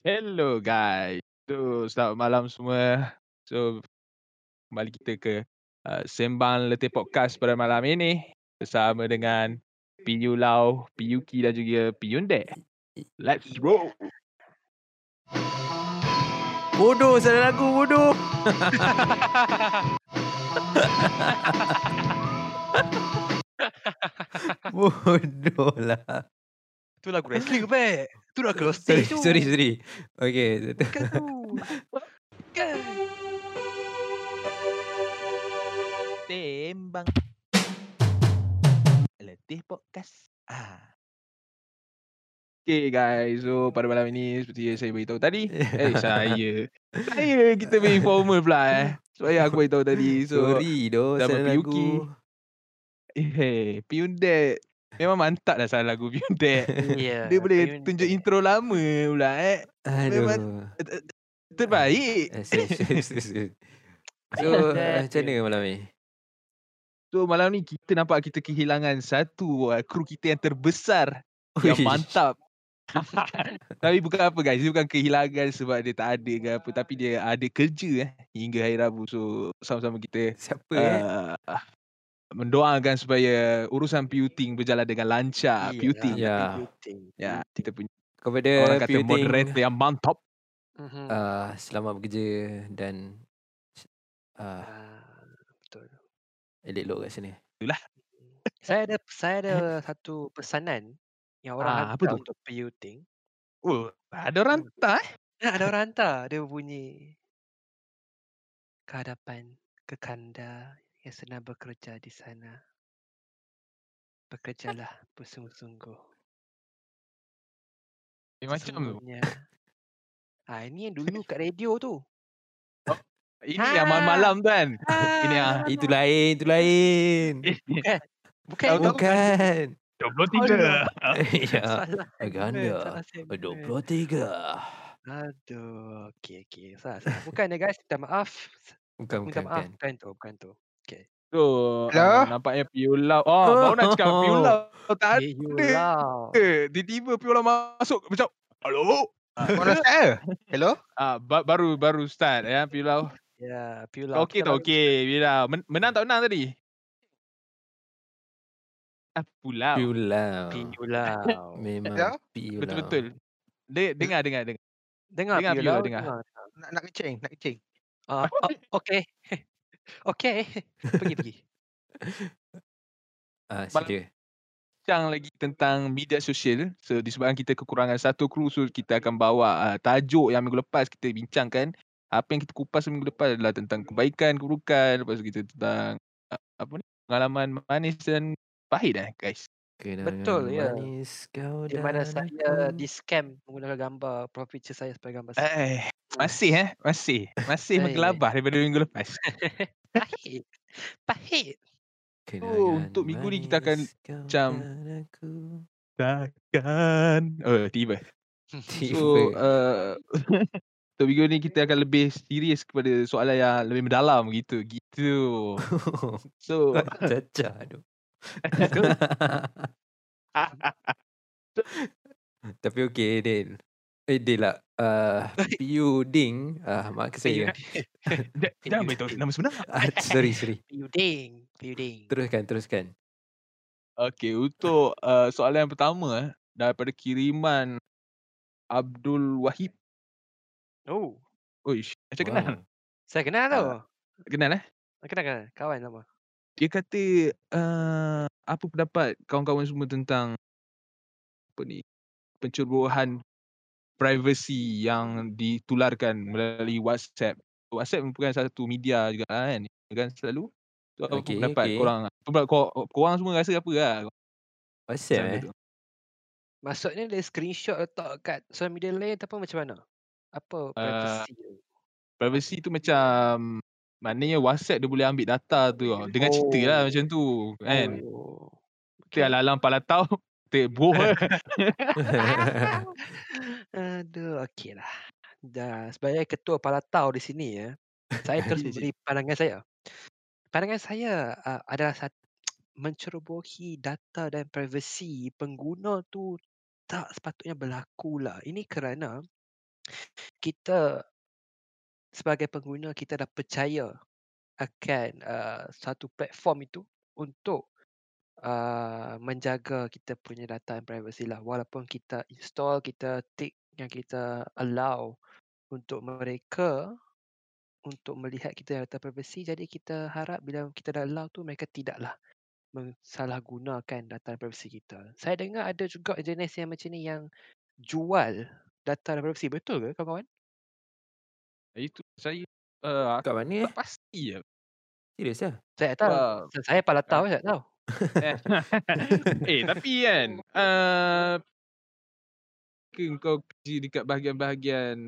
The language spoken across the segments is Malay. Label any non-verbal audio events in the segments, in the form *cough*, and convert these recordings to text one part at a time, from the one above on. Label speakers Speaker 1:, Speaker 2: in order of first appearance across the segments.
Speaker 1: Hello guys. So, selamat malam semua. So, kembali kita ke uh, Sembang Letih Podcast pada malam ini bersama dengan Piyu Lau, Piyuki dan juga Piyunde. Let's roll.
Speaker 2: Bodoh salah lagu bodoh. *laughs* bodoh lah.
Speaker 3: Tu lagu wrestling ke Pat? Tu lagu
Speaker 2: Sorry
Speaker 3: wrestling tu.
Speaker 2: sorry sorry. Okay. satu.
Speaker 3: Bukan tu. Bukan. Tembang. Letih podcast. Ah.
Speaker 1: Okay guys. So, pada malam ini seperti yang saya beritahu tadi.
Speaker 3: *laughs*
Speaker 1: Eh, saya. Saya kita main formal pula eh. Sebab yang aku beritahu tadi. So,
Speaker 2: sorry doh
Speaker 1: nama
Speaker 2: salah
Speaker 1: Piyuki.
Speaker 2: lagu.
Speaker 1: eh, Piyunde. Memang mantap dah salah lagu Piyunde.
Speaker 3: *laughs* Yeah,
Speaker 1: Dia boleh tunjuk intro lama pula eh.
Speaker 2: Aduh.
Speaker 1: Memang- Terbaik.
Speaker 2: Eh, sorry, *laughs* sorry, sorry, sorry. So *laughs* eh,
Speaker 3: Bad.
Speaker 2: macam mana malam ni?
Speaker 1: So malam ni kita nampak kita kehilangan satu uh, kru kita yang terbesar yang
Speaker 2: Ui, *laughs*
Speaker 1: mantap. tapi bukan apa guys, dia bukan kehilangan sebab dia tak ada ke apa tapi dia ada kerja eh hingga hari Rabu. So sama-sama kita
Speaker 2: Siapa eh?
Speaker 1: uh, mendoakan supaya urusan piuting berjalan dengan lancar. Piuting.
Speaker 2: Ya.
Speaker 1: Ya,
Speaker 3: Beauty.
Speaker 1: kita punya
Speaker 2: Kepada
Speaker 1: orang kata
Speaker 2: Piyuting,
Speaker 1: moderator yang mantap. Mm-hmm.
Speaker 3: Mhm.
Speaker 2: ah, selamat bekerja dan ah,
Speaker 3: Ah, Betul.
Speaker 2: elok elok kat sini.
Speaker 3: Saya ada saya ada satu pesanan yang
Speaker 1: Eh?
Speaker 3: orang
Speaker 1: Ah,
Speaker 3: hantar
Speaker 1: apa tu?
Speaker 3: untuk piyuting.
Speaker 1: Oh, ada
Speaker 2: Hmm.
Speaker 1: orang tak eh?
Speaker 3: Nah, ada orang hantar dia bunyi ke hadapan ke kanda yang sedang bekerja di sana. Bekerjalah bersungguh-sungguh.
Speaker 1: Eh, macam tu.
Speaker 3: Sesungguhnya. Ah ini yang dulu kat radio tu.
Speaker 1: Ini yang malam-malam tu
Speaker 2: *laughs*
Speaker 1: kan. *laughs* Ini yang
Speaker 3: Ah,
Speaker 2: Itu lain, itu lain.
Speaker 3: bukan
Speaker 1: tahu- tahu-
Speaker 2: Bukan.
Speaker 1: *laughs* 23.
Speaker 2: ya.
Speaker 3: *laughs* Salah
Speaker 2: Aganda.
Speaker 3: segmen, salah eh. segmen.
Speaker 2: 23.
Speaker 3: Aduh, okey okey. Salah, salah. Bukan ya guys, minta maaf.
Speaker 2: Bukan,
Speaker 3: Minta
Speaker 2: bukan,
Speaker 3: maaf,
Speaker 2: bukan.
Speaker 3: bukan tu, bukan tu.
Speaker 1: So, uh,
Speaker 4: Hello?
Speaker 1: nampaknya Piola. Oh, oh, baru nak cakap Piola. *laughs* Tak
Speaker 3: Eh, you
Speaker 1: ada.
Speaker 3: lah.
Speaker 1: ada. Tiba-tiba Piola masuk macam, hello?
Speaker 4: *laughs* Mana saya? Hello?
Speaker 1: Ah, ba- baru baru start ya Piola.
Speaker 3: Ya, pula.
Speaker 1: Okey tak okey Piola. Men- menang tak menang tadi? Ah, pulau.
Speaker 2: Piulau.
Speaker 3: Pula.
Speaker 1: *laughs*
Speaker 2: Memang
Speaker 4: Hello?
Speaker 2: piulau.
Speaker 1: Betul-betul. De- dengar, dengar, dengar.
Speaker 3: Dengar,
Speaker 1: Dengar,
Speaker 3: Pula.
Speaker 1: Pula, dengar. *laughs*
Speaker 4: Nak nak kencing, nak kencing.
Speaker 3: Ah, ah, okey. *laughs* Okey. *laughs* Pergi pergi.
Speaker 2: Ah,
Speaker 1: Malam-
Speaker 2: sedia.
Speaker 1: Bincang lagi tentang media sosial. So, disebabkan kita kekurangan satu kru, so kita akan bawa uh, tajuk yang minggu lepas kita bincangkan. Apa yang kita kupas minggu lepas adalah tentang kebaikan, keburukan. Lepas tu kita tentang uh, apa ni, pengalaman manis dan pahit eh guys.
Speaker 2: Kenangan
Speaker 3: Betul, ya.
Speaker 2: Manis kau
Speaker 3: Di
Speaker 2: dan
Speaker 3: mana saya
Speaker 2: aku.
Speaker 3: di scam menggunakan gambar profile picture saya sebagai gambar saya.
Speaker 1: Eh, masih eh, masih. Masih
Speaker 3: Eh.
Speaker 1: menggelabah daripada minggu lepas.
Speaker 3: Pahit.
Speaker 1: *laughs*
Speaker 3: Pahit.
Speaker 2: Kenangan
Speaker 1: untuk minggu ni kita akan
Speaker 2: manis kau
Speaker 1: macam
Speaker 2: dan aku.
Speaker 1: Takkan. Oh, tiba.
Speaker 2: Tiba.
Speaker 1: So, uh, *laughs* untuk minggu ni kita akan lebih serius kepada soalan yang lebih mendalam gitu. Gitu. *laughs* So,
Speaker 2: Cacah tu. *laughs* Tapi okey Din. Eh Din lah. Uh, Piu Ding. Uh, mak saya.
Speaker 1: j- jangan beritahu nama sebenar.
Speaker 2: Ah, sorry, sorry.
Speaker 3: Building. Building.
Speaker 2: Teruskan, teruskan.
Speaker 1: Okey, untuk uh, soalan yang pertama eh, daripada kiriman Abdul Wahib.
Speaker 3: Oh.
Speaker 1: Oish, macam kenal.
Speaker 2: Wow.
Speaker 3: Saya kenal tu.
Speaker 1: *laughs* Kenal eh?
Speaker 3: Saya kenal kenal. Kawan lama.
Speaker 1: Dia kata uh, apa pendapat kawan-kawan semua tentang apa ni? Pencerobohan privasi yang ditularkan melalui WhatsApp. WhatsApp merupakan satu media juga lah kan. Kan selalu. So, apa
Speaker 2: Okey,
Speaker 1: pendapat
Speaker 2: okey.
Speaker 1: korang? Pendapat kor- korang semua rasa apa lah?
Speaker 2: WhatsApp eh?
Speaker 3: Maksudnya dia screenshot letak kat social media lain ataupun macam mana? Apa privacy tu?
Speaker 1: privacy tu macam maknanya WhatsApp dia boleh ambil data tu tau. Dengan cerita lah
Speaker 3: Oh.
Speaker 1: macam tu kan.
Speaker 3: Oh.
Speaker 1: Kita alam-alam palatau. *laughs* Kita
Speaker 3: *laughs*
Speaker 1: boh
Speaker 3: Aduh, okey lah. Dah, sebagai ketua Palatau di sini ya, saya terus
Speaker 1: Ya, Cik.
Speaker 3: memberi pandangan saya. Pandangan saya uh, adalah sat- mencerobohi data dan privasi pengguna tu tak sepatutnya berlaku lah. Ini kerana kita sebagai pengguna kita dah percaya akan uh, satu platform itu untuk uh, menjaga kita punya data and privacy lah walaupun kita install kita tick yang kita allow untuk mereka untuk melihat kita punya data privacy jadi kita harap bila kita dah allow tu mereka tidaklah mensalahgunakan data privacy kita. Saya dengar ada juga jenis yang macam ni yang jual data dan privacy. Betul ke kawan-kawan?
Speaker 1: Itu saya uh, aku
Speaker 2: *laughs* Kat
Speaker 1: *laughs*
Speaker 2: mana eh?
Speaker 1: tak pasti lah.
Speaker 2: Serius lah.
Speaker 3: Saya tak tahu.
Speaker 1: Sebab
Speaker 3: Saya pala tahu, saya tak tahu.
Speaker 1: Eh, *laughs* eh tapi kan uh, ke kau kerja dekat bahagian-bahagian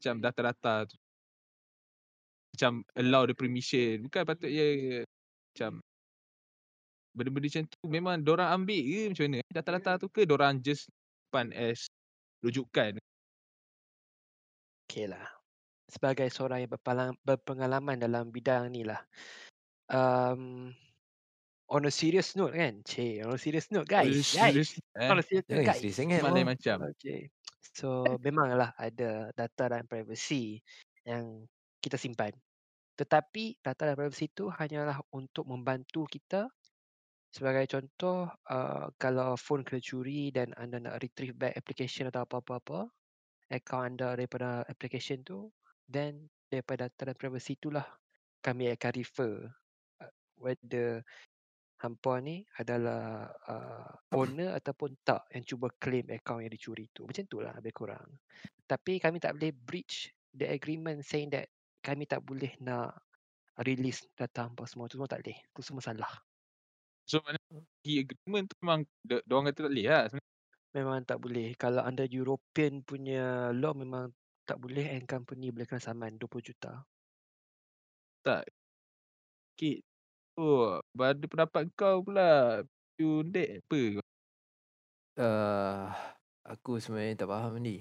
Speaker 1: macam data-data tu macam allow the permission bukan patutnya macam benda-benda macam tu memang dorang ambil ke macam mana eh? data-data tu ke dorang just pan as rujukan
Speaker 3: Okey lah. Sebagai seorang yang berpalang- berpengalaman dalam bidang ni lah. Um, on a serious note kan? Cik, on a serious note guys. guys. On a serious eh? note
Speaker 2: Jangan
Speaker 3: guys.
Speaker 2: serius sangat.
Speaker 1: Mana
Speaker 2: Mo.
Speaker 1: eh, macam
Speaker 3: Okay. So memanglah ada data dan privacy yang kita simpan. Tetapi data dan privacy itu hanyalah untuk membantu kita sebagai contoh uh, kalau phone kena curi dan anda nak retrieve back application atau apa-apa-apa account anda daripada application tu then daripada data dan privacy itulah kami akan refer uh, whether hampa ni adalah uh, owner ataupun tak yang cuba claim account yang dicuri tu. Macam tu lah lebih kurang. Tapi kami tak boleh breach the agreement saying that kami tak boleh nak release data hampa semua tu semua tak boleh. Tu semua salah.
Speaker 1: so mana key agreement tu memang do- dorang kata tak boleh lah sebenarnya.
Speaker 3: Memang tak boleh. Kalau anda European punya law memang tak boleh and company boleh kena saman 20 juta.
Speaker 1: sikit tu pada pendapat kau pula you date apa
Speaker 2: Uh, aku sebenarnya tak faham ni.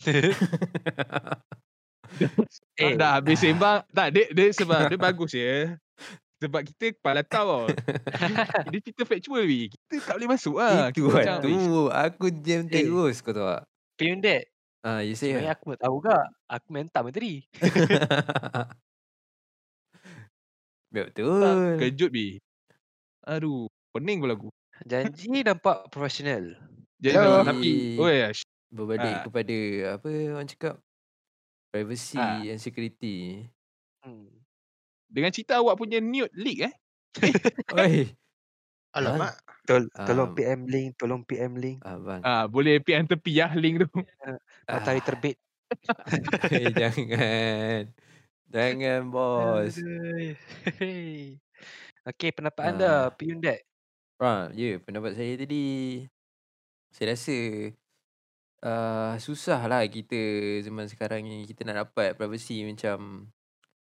Speaker 1: *laughs* Eh,
Speaker 3: Eh,
Speaker 1: dah habis sembang. Tak, dia, dia sebab dia bagus ya. Sebab kita kepala tahu tau. dia cerita factual we. Kita tak boleh masuk lah. Kita
Speaker 2: Itu kan
Speaker 1: macam, Eh. "Ish,
Speaker 2: tu Aku jam terus kau tahu tak
Speaker 3: Pundit.
Speaker 2: Ah, you say *laughs*
Speaker 3: Sebenarnya
Speaker 2: lah.
Speaker 3: aku tak tahu juga. Aku mentam tadi.
Speaker 2: Ya, Betul
Speaker 1: Kejut bi. Aduh, pening pula aku.
Speaker 3: Janji nampak profesional.
Speaker 1: Jadi
Speaker 4: Hello.
Speaker 1: tapi oh ya, sh- Ah.
Speaker 2: Berbalik kepada Apa orang cakap Privacy
Speaker 1: Ah.
Speaker 2: and
Speaker 1: *laughs*
Speaker 2: security
Speaker 3: Hmm.
Speaker 1: dengan cerita awak punya nude leak eh.
Speaker 2: Oi
Speaker 4: Alamak.
Speaker 3: Tol- tolong
Speaker 2: Um,
Speaker 3: PM link, tolong PM link.
Speaker 2: Abang
Speaker 1: Ah, boleh PM tepi ya link tu.
Speaker 3: Matahari terbit.
Speaker 2: ah, eh, *laughs* Jangan Jangan
Speaker 1: *laughs*
Speaker 2: bos
Speaker 3: Hei. *laughs* Okey, pendapat
Speaker 2: Ah.
Speaker 3: anda, Piyun Dek.
Speaker 2: Ha, ya, pendapat saya tadi saya rasa uh, susah lah kita zaman sekarang ni kita nak dapat privacy macam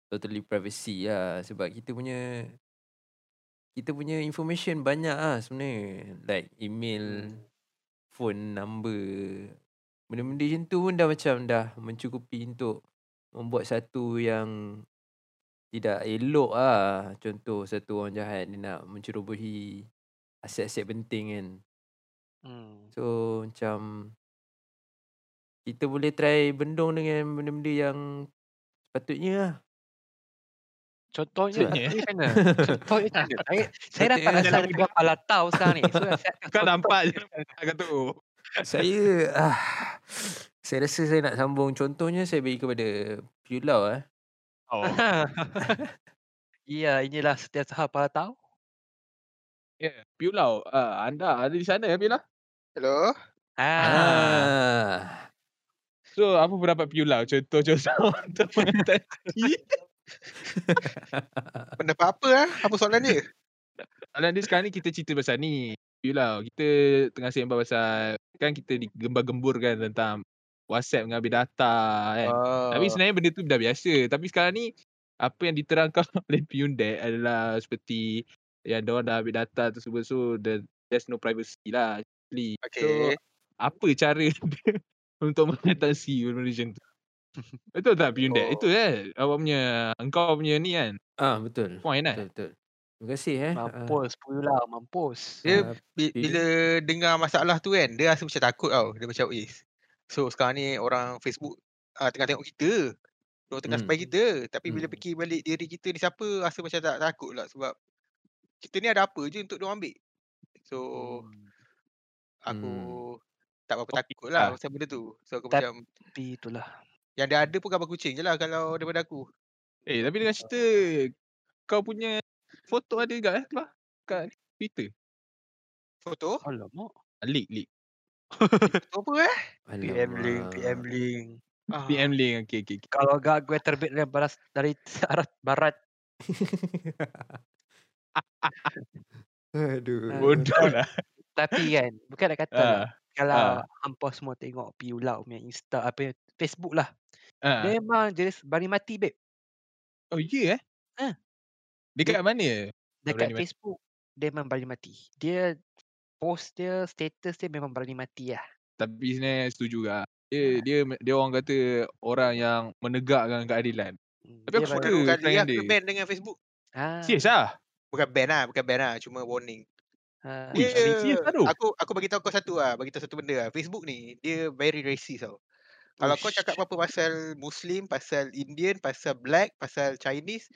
Speaker 2: totally privacy lah sebab kita punya kita punya information banyak lah sebenarnya like email,
Speaker 3: Hmm.
Speaker 2: phone number benda-benda macam tu pun dah macam dah mencukupi untuk membuat satu yang tidak elok ah contoh satu orang jahat dia nak mencerobohi aset-aset penting kan
Speaker 3: Hmm.
Speaker 2: so macam kita boleh try bendung dengan benda-benda yang sepatutnya lah
Speaker 3: Contohnya,
Speaker 1: Contohnya, eh?
Speaker 3: contohnya mana? Contohnya mana? Saya, saya dapat
Speaker 2: Contohnya
Speaker 3: asal
Speaker 1: dalam
Speaker 3: dua kepala tau sekarang ni. So, saya akan
Speaker 1: Kau
Speaker 3: contoh.
Speaker 1: nampak
Speaker 3: *laughs*
Speaker 1: je kata tu.
Speaker 2: saya ah, saya rasa saya nak sambung contohnya saya beri kepada Pulau eh
Speaker 1: Oh.
Speaker 3: Ya, inilah setiap hal kepala tau.
Speaker 1: Yeah. Piulau, ah, anda ada di sana ya Piulau?
Speaker 4: Hello.
Speaker 3: Ah.
Speaker 2: ah.
Speaker 1: So, apa pendapat Piulau? Contoh-contoh *laughs* untuk mengatasi
Speaker 4: Pendapat apa ah? Apa soalan dia?
Speaker 1: Alan dia sekarang ni kita cerita pasal ni. Yelah, kita tengah sembang pasal kan kita digembar-gemburkan tentang WhatsApp mengambil data kan.
Speaker 4: Oh.
Speaker 1: Tapi sebenarnya benda tu dah biasa. Tapi sekarang ni apa yang diterangkan *laughs* oleh Hyundai adalah seperti yang diorang dah ambil data tu semua so the, there's no privacy lah. actually. So
Speaker 4: Okay.
Speaker 1: apa cara *laughs* dia untuk mengatasi benda macam
Speaker 4: *laughs*
Speaker 1: tu? Betul tak Hyundai?
Speaker 4: Oh.
Speaker 1: Itu kan awak punya engkau punya ni kan
Speaker 2: ah betul
Speaker 1: point kan.
Speaker 2: betul betul terima kasih eh Ah,
Speaker 3: Mampus, Piyulau. Mampus.
Speaker 4: Dia
Speaker 2: ah,
Speaker 4: Bi-
Speaker 2: Bila-
Speaker 4: Bila dengar masalah tu kan, dia rasa macam takut tau. Dia macam, eh, So sekarang ni orang Facebook uh, tengah tengok kita. Dia tengah
Speaker 2: Hmm.
Speaker 4: spy kita. Tapi bila
Speaker 2: Hmm.
Speaker 4: fikir balik diri kita ni siapa, rasa macam tak takut lah sebab kita ni ada apa je untuk dia ambil. So
Speaker 3: Hmm.
Speaker 4: aku
Speaker 2: Hmm.
Speaker 4: tak berapa
Speaker 1: Topik
Speaker 4: takut lah
Speaker 1: lah.
Speaker 4: pasal benda tu. So aku
Speaker 3: Tap-
Speaker 4: macam
Speaker 3: Tapi itulah.
Speaker 4: yang dia ada pun gambar kucing je lah kalau daripada aku.
Speaker 1: Eh tapi dengan cerita kau punya foto ada juga eh keluar kat Twitter.
Speaker 4: Foto?
Speaker 3: Alamak.
Speaker 1: Ah, Leak leak.
Speaker 4: Foto apa eh?
Speaker 2: Ya
Speaker 3: PM link, PM
Speaker 2: Alamak.
Speaker 3: link.
Speaker 4: Ah,
Speaker 1: PM link okey okey. okey.
Speaker 3: Kalau gak gue terbit dari barat dari *laughs* arah barat.
Speaker 2: *laughs* Aduh.
Speaker 3: Ah.
Speaker 1: Bodoh lah.
Speaker 3: Tapi kan, bukan nak kata lah.
Speaker 1: Ah,
Speaker 3: Kalau hampa semua tengok Piulau punya Insta, apa yang- Facebook lah.
Speaker 1: ah.
Speaker 3: Memang jenis bari mati, babe.
Speaker 1: Oh ya eh?
Speaker 3: Ah.
Speaker 1: Dekat mana?
Speaker 3: Dekat
Speaker 1: berani mati.
Speaker 3: Facebook, dia memang berani mati. Dia post dia, status dia memang berani mati lah.
Speaker 1: Tapi sebenarnya setuju juga. Dia, dia dia orang kata orang yang menegakkan keadilan.
Speaker 3: Hmm,
Speaker 1: Tapi
Speaker 3: dia
Speaker 1: aku
Speaker 3: berani-
Speaker 1: suka.
Speaker 4: Baru kali
Speaker 1: tangan
Speaker 4: aku
Speaker 1: dia.
Speaker 4: kena ban dengan Facebook.
Speaker 3: Ah,
Speaker 1: Serius ah?
Speaker 4: Bukan ban lah, bukan ban lah. Cuma warning.
Speaker 3: ah,
Speaker 1: Ui,
Speaker 4: Dia,
Speaker 1: ada serious lah tu?
Speaker 4: aku aku bagi tahu kau satu lah, bagi tahu satu benda lah. Facebook ni dia very racist tau. Kalau kau
Speaker 3: Ush.
Speaker 4: cakap apa-apa pasal Muslim, pasal Indian, pasal Black, pasal Chinese,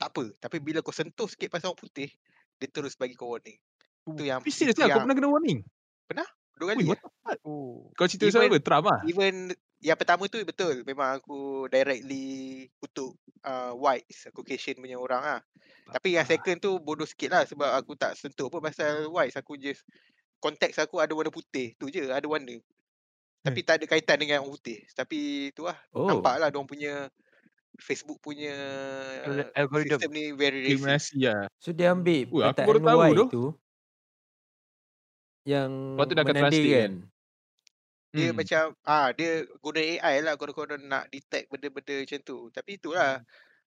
Speaker 4: tak apa. Tapi bila kau sentuh sikit pasal orang putih, dia terus bagi kau warning. Itu yang
Speaker 1: Tapi serius
Speaker 4: itu
Speaker 1: lah kau
Speaker 4: yang
Speaker 1: pernah kena warning. Ui,
Speaker 4: dua kali.
Speaker 1: what
Speaker 4: eh.
Speaker 1: the fuck?
Speaker 3: Oh.
Speaker 1: Kau cerita
Speaker 4: Even-
Speaker 1: pasal apa? Trump ah?
Speaker 4: Even yang pertama tu betul memang aku directly kutuk uh, whites, Caucasian punya orang ah. Tapi yang
Speaker 3: Bapak.
Speaker 4: second tu bodoh sikit lah sebab aku tak sentuh pun pasal whites. Aku just konteks aku ada warna putih tu je, ada warna. Tapi tak ada kaitan dengan orang putih. Tapi tu lah
Speaker 2: Oh.
Speaker 4: nampak lah diorang punya Facebook punya
Speaker 3: Al-
Speaker 1: Ah,
Speaker 3: algorithm.
Speaker 4: sistem ni very racist.
Speaker 1: Kriminasi lah.
Speaker 2: So dia ambil
Speaker 1: Ui, aku
Speaker 2: perkataan
Speaker 1: baru tahu
Speaker 2: Y
Speaker 1: tu.
Speaker 2: tu yang kan?
Speaker 1: tu dah akan translate
Speaker 2: menandakan.
Speaker 4: Dia
Speaker 1: Hmm.
Speaker 4: macam ah dia guna AI lah kalau-kalau nak detect benda-benda macam tu. lah, Tapi itulah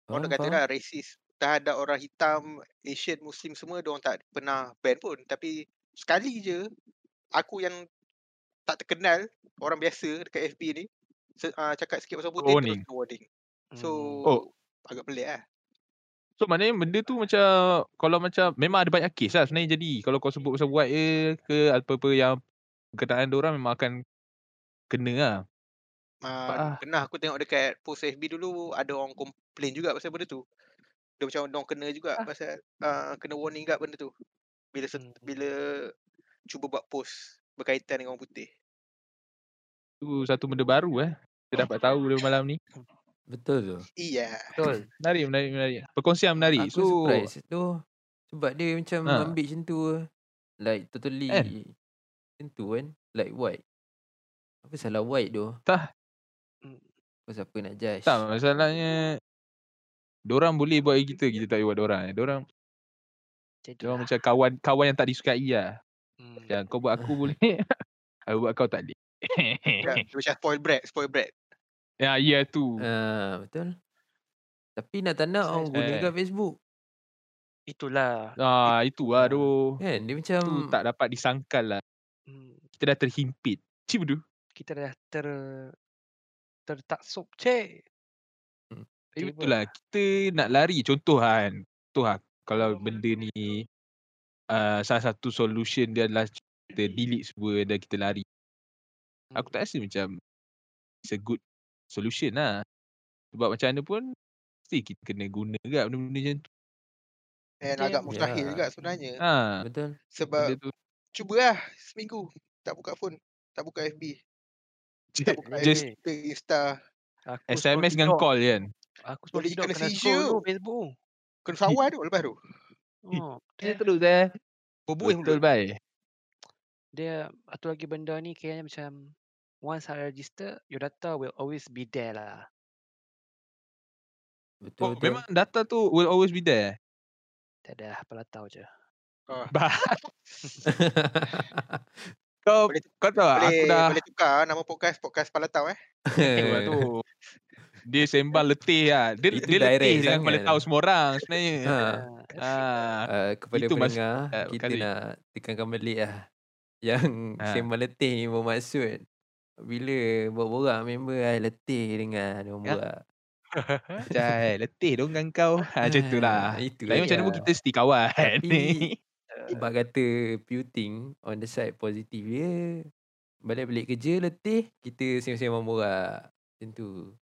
Speaker 4: orang
Speaker 2: Faham,
Speaker 4: kata
Speaker 2: faham.
Speaker 4: lah racist terhadap orang hitam, Asian, Muslim semua diorang tak pernah ban pun. Tapi sekali je aku yang tak terkenal orang biasa dekat FB ni se- ah, cakap sikit pasal putih
Speaker 1: warning.
Speaker 4: terus kena warning. So
Speaker 3: Hmm,
Speaker 1: *laughs* Oh.
Speaker 4: agak pelik lah.
Speaker 1: So maknanya benda tu macam kalau macam memang ada banyak kes lah sebenarnya jadi kalau kau sebut pasal buat je ke apa-apa yang berkenaan orang memang akan kena lah.
Speaker 4: Uh,
Speaker 1: ah.
Speaker 4: pernah aku tengok dekat post FB dulu ada orang complain juga pasal benda tu. Dia macam orang kena juga pasal uh, kena warning kat benda tu. Bila set,
Speaker 3: Hmm.
Speaker 4: bila cuba buat post berkaitan dengan orang putih.
Speaker 1: Tu satu benda baru eh. Kita dapat tahu dari malam ni.
Speaker 2: Betul tu.
Speaker 4: Iya.
Speaker 3: Betul.
Speaker 1: Menarik, menarik, menarik. Perkongsian menarik.
Speaker 2: Aku so, surprise tu sebab dia macam
Speaker 1: Ha.
Speaker 2: ambil macam tu. Like totally
Speaker 1: Kan?
Speaker 2: macam tu kan. Like white. Apa salah white tu?
Speaker 1: Tak.
Speaker 2: Kau siapa nak judge?
Speaker 1: tak masalahnya Diorang boleh buat dengan kita, kita tak boleh buat diorang. eh. Diorang,
Speaker 3: Macam tu
Speaker 1: diorang
Speaker 3: lah.
Speaker 1: macam kawan kawan yang tak disukai lah.
Speaker 3: Hmm.
Speaker 1: Macam kau buat aku boleh, *laughs* aku buat kau tak boleh.
Speaker 4: Yeah.
Speaker 2: Ya.
Speaker 4: Dia Kan? macam spoil brat, spoil brat.
Speaker 1: *laughs* ya, ya tu.
Speaker 2: Ah, betul. Tapi nak tak nak orang guna
Speaker 1: Eh.
Speaker 2: kat Facebook.
Speaker 3: Itulah.
Speaker 1: Ah, itu lah tu.
Speaker 2: Kan? Dia macam
Speaker 1: Tu tak dapat disangkal lah.
Speaker 3: Hmm.
Speaker 1: Kita dah terhimpit. Cik bedu.
Speaker 3: Kita dah ter tertaksub, cik.
Speaker 2: Hmm.
Speaker 1: Tapi
Speaker 3: Tiba.
Speaker 1: betul lah. Kita nak lari. Contoh kan. Contoh lah. Kalau
Speaker 3: Hmm.
Speaker 1: benda ni uh, salah satu solution dia adalah kita delete semua dan kita lari. Aku
Speaker 3: Hmm.
Speaker 1: tak rasa macam it's a good solution lah. Sebab macam mana pun mesti kita kena guna juga benda-benda macam tu.
Speaker 4: And
Speaker 3: Mungkin-
Speaker 1: Ya,
Speaker 4: agak mustahil
Speaker 2: Yeah.
Speaker 4: juga sebenarnya.
Speaker 1: Ha,
Speaker 2: betul.
Speaker 4: Sebab
Speaker 1: benda tu.
Speaker 4: cubalah seminggu tak buka phone, tak buka
Speaker 1: *laughs*
Speaker 4: FB, tak buka
Speaker 1: Just
Speaker 4: FB, Insta,
Speaker 3: Aku sebelum
Speaker 1: SMS dengan
Speaker 3: tidur-
Speaker 1: call je kan.
Speaker 3: Aku sebelum
Speaker 4: Boleh
Speaker 3: tidur
Speaker 4: kena
Speaker 3: kena scroll
Speaker 4: seizure.
Speaker 3: tu Facebook.
Speaker 4: kena sawah tu lepas tu.
Speaker 1: Eh,
Speaker 3: Oh,
Speaker 1: Kita
Speaker 3: dia,
Speaker 1: terus eh.
Speaker 4: Berbuih
Speaker 1: Betul
Speaker 4: mulut.
Speaker 1: baik.
Speaker 3: dia satu lagi benda ni kayaknya macam once I register, your data will always be there lah.
Speaker 2: Betul,
Speaker 1: Oh,
Speaker 2: betul. *laughs*
Speaker 1: *laughs* memang data tu will always be there.
Speaker 3: Tak ada apalah tahu je.
Speaker 4: Ah,
Speaker 1: Bah, kau
Speaker 4: Boleh-
Speaker 1: kau tahu tak,
Speaker 4: Ah, boleh
Speaker 1: aku dah
Speaker 4: boleh tukar nama podcast podcast kepala tau eh.
Speaker 1: Sebab tu *laughs* dia sembang letih lah. Dia,
Speaker 2: Itu
Speaker 1: dia letih
Speaker 2: direct
Speaker 1: dengan kepala
Speaker 2: sangat
Speaker 1: tahu
Speaker 2: lah.
Speaker 1: semua orang sebenarnya.
Speaker 2: Ha.
Speaker 3: Ah,
Speaker 1: Ah,
Speaker 2: Uh, kepada
Speaker 1: Itu
Speaker 2: Itu
Speaker 1: maksud-
Speaker 2: pendengar,
Speaker 1: ah,
Speaker 2: kita
Speaker 1: kali.
Speaker 2: nak tekankan balik lah. *laughs* Yang
Speaker 1: Ha.
Speaker 2: ha. sembang letih ni bermaksud bila borak-borak member ai letih dengan orang
Speaker 1: Ya,
Speaker 2: borak.
Speaker 1: Jai, letih dong dengan kau. Ha, macam tu lah.
Speaker 2: Ah, Itu
Speaker 1: Tapi macam mana pun kita still kawan. *laughs*
Speaker 2: Tapi- Sebab kata puting on the side positif dia Balik balik kerja letih, kita sembang-sembang borak. Macam tu.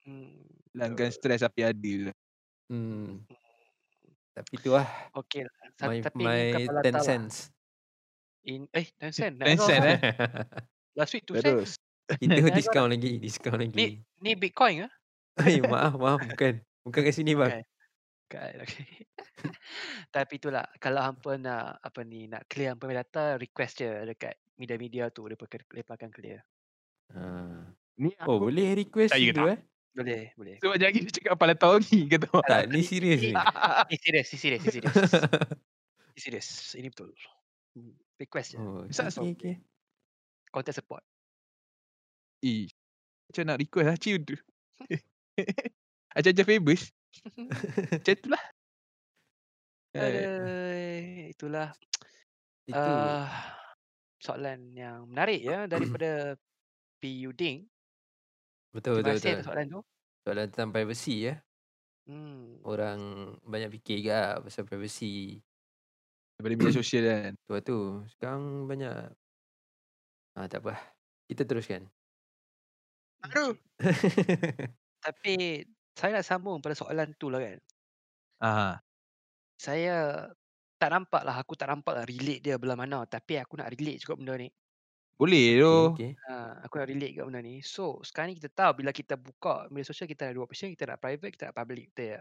Speaker 3: Hmm,
Speaker 1: Hilangkan stres api adil.
Speaker 2: Hmm. Tapi tu lah
Speaker 3: okey lah. Sa-
Speaker 2: my,
Speaker 3: tapi
Speaker 2: my
Speaker 3: ini
Speaker 2: 10
Speaker 3: kepala tak lah.
Speaker 2: cents.
Speaker 3: In,
Speaker 2: *laughs*
Speaker 3: eh, 10 sen.
Speaker 1: 10 sen, eh?
Speaker 3: Last week 2 sen.
Speaker 1: Terus.
Speaker 2: kita
Speaker 3: *laughs* Naik
Speaker 2: discount lagi, discount
Speaker 3: *laughs*
Speaker 2: lagi.
Speaker 3: Ni Bitcoin ke?
Speaker 2: Eh, maaf, maaf bukan. Bukan kat sini bang.
Speaker 3: Bukan. Kan, *laughs* okay. Tapi itulah kalau hampa nak apa ni nak clear hampa punya data request je dekat media-media tu depa depa akan clear.
Speaker 2: Ha.
Speaker 1: Ni
Speaker 2: Oh,
Speaker 1: aku
Speaker 2: boleh request
Speaker 5: Saya
Speaker 2: dulu eh?
Speaker 3: Boleh, boleh.
Speaker 1: sebab jangan kita cakap kepala tahun ni kata. orang.
Speaker 2: Tak, ni serius ni.
Speaker 3: Ni serius, ni serius, ni serius. Ni serius. Ini betul. Hmm, Request je.
Speaker 2: *laughs* oh,
Speaker 1: Besar
Speaker 2: okay, okay.
Speaker 3: Contact support.
Speaker 1: Eh. Macam nak request Hachi tu. *laughs* Acah-acah *laughs* famous. Macam tu lah. Eh,
Speaker 3: Aduh, itulah
Speaker 2: Itu
Speaker 3: uh, soalan yang menarik ya daripada PU Ding.
Speaker 2: betul betul
Speaker 3: Terima kasih
Speaker 2: betul.
Speaker 3: atas soalan tu.
Speaker 2: Soalan tentang privacy ya.
Speaker 3: Hmm.
Speaker 2: Orang banyak fikir juga lah pasal privacy.
Speaker 1: Daripada media sosial kan.
Speaker 2: Tu lah tu. Sekarang banyak Ah tak apa. Kita teruskan.
Speaker 4: Aduh.
Speaker 3: Tapi saya nak sambung pada soalan tu lah kan.
Speaker 1: Aha.
Speaker 3: Saya tak nampak lah. Aku tak nampak lah relate dia belah mana. Tapi aku nak relate juga benda ni.
Speaker 1: Boleh tu.
Speaker 2: okay.
Speaker 3: Ha, aku nak relate juga benda ni. So sekarang ni kita tahu bila kita buka media sosial kita ada dua option. Kita nak private, kita nak public. Betul ya?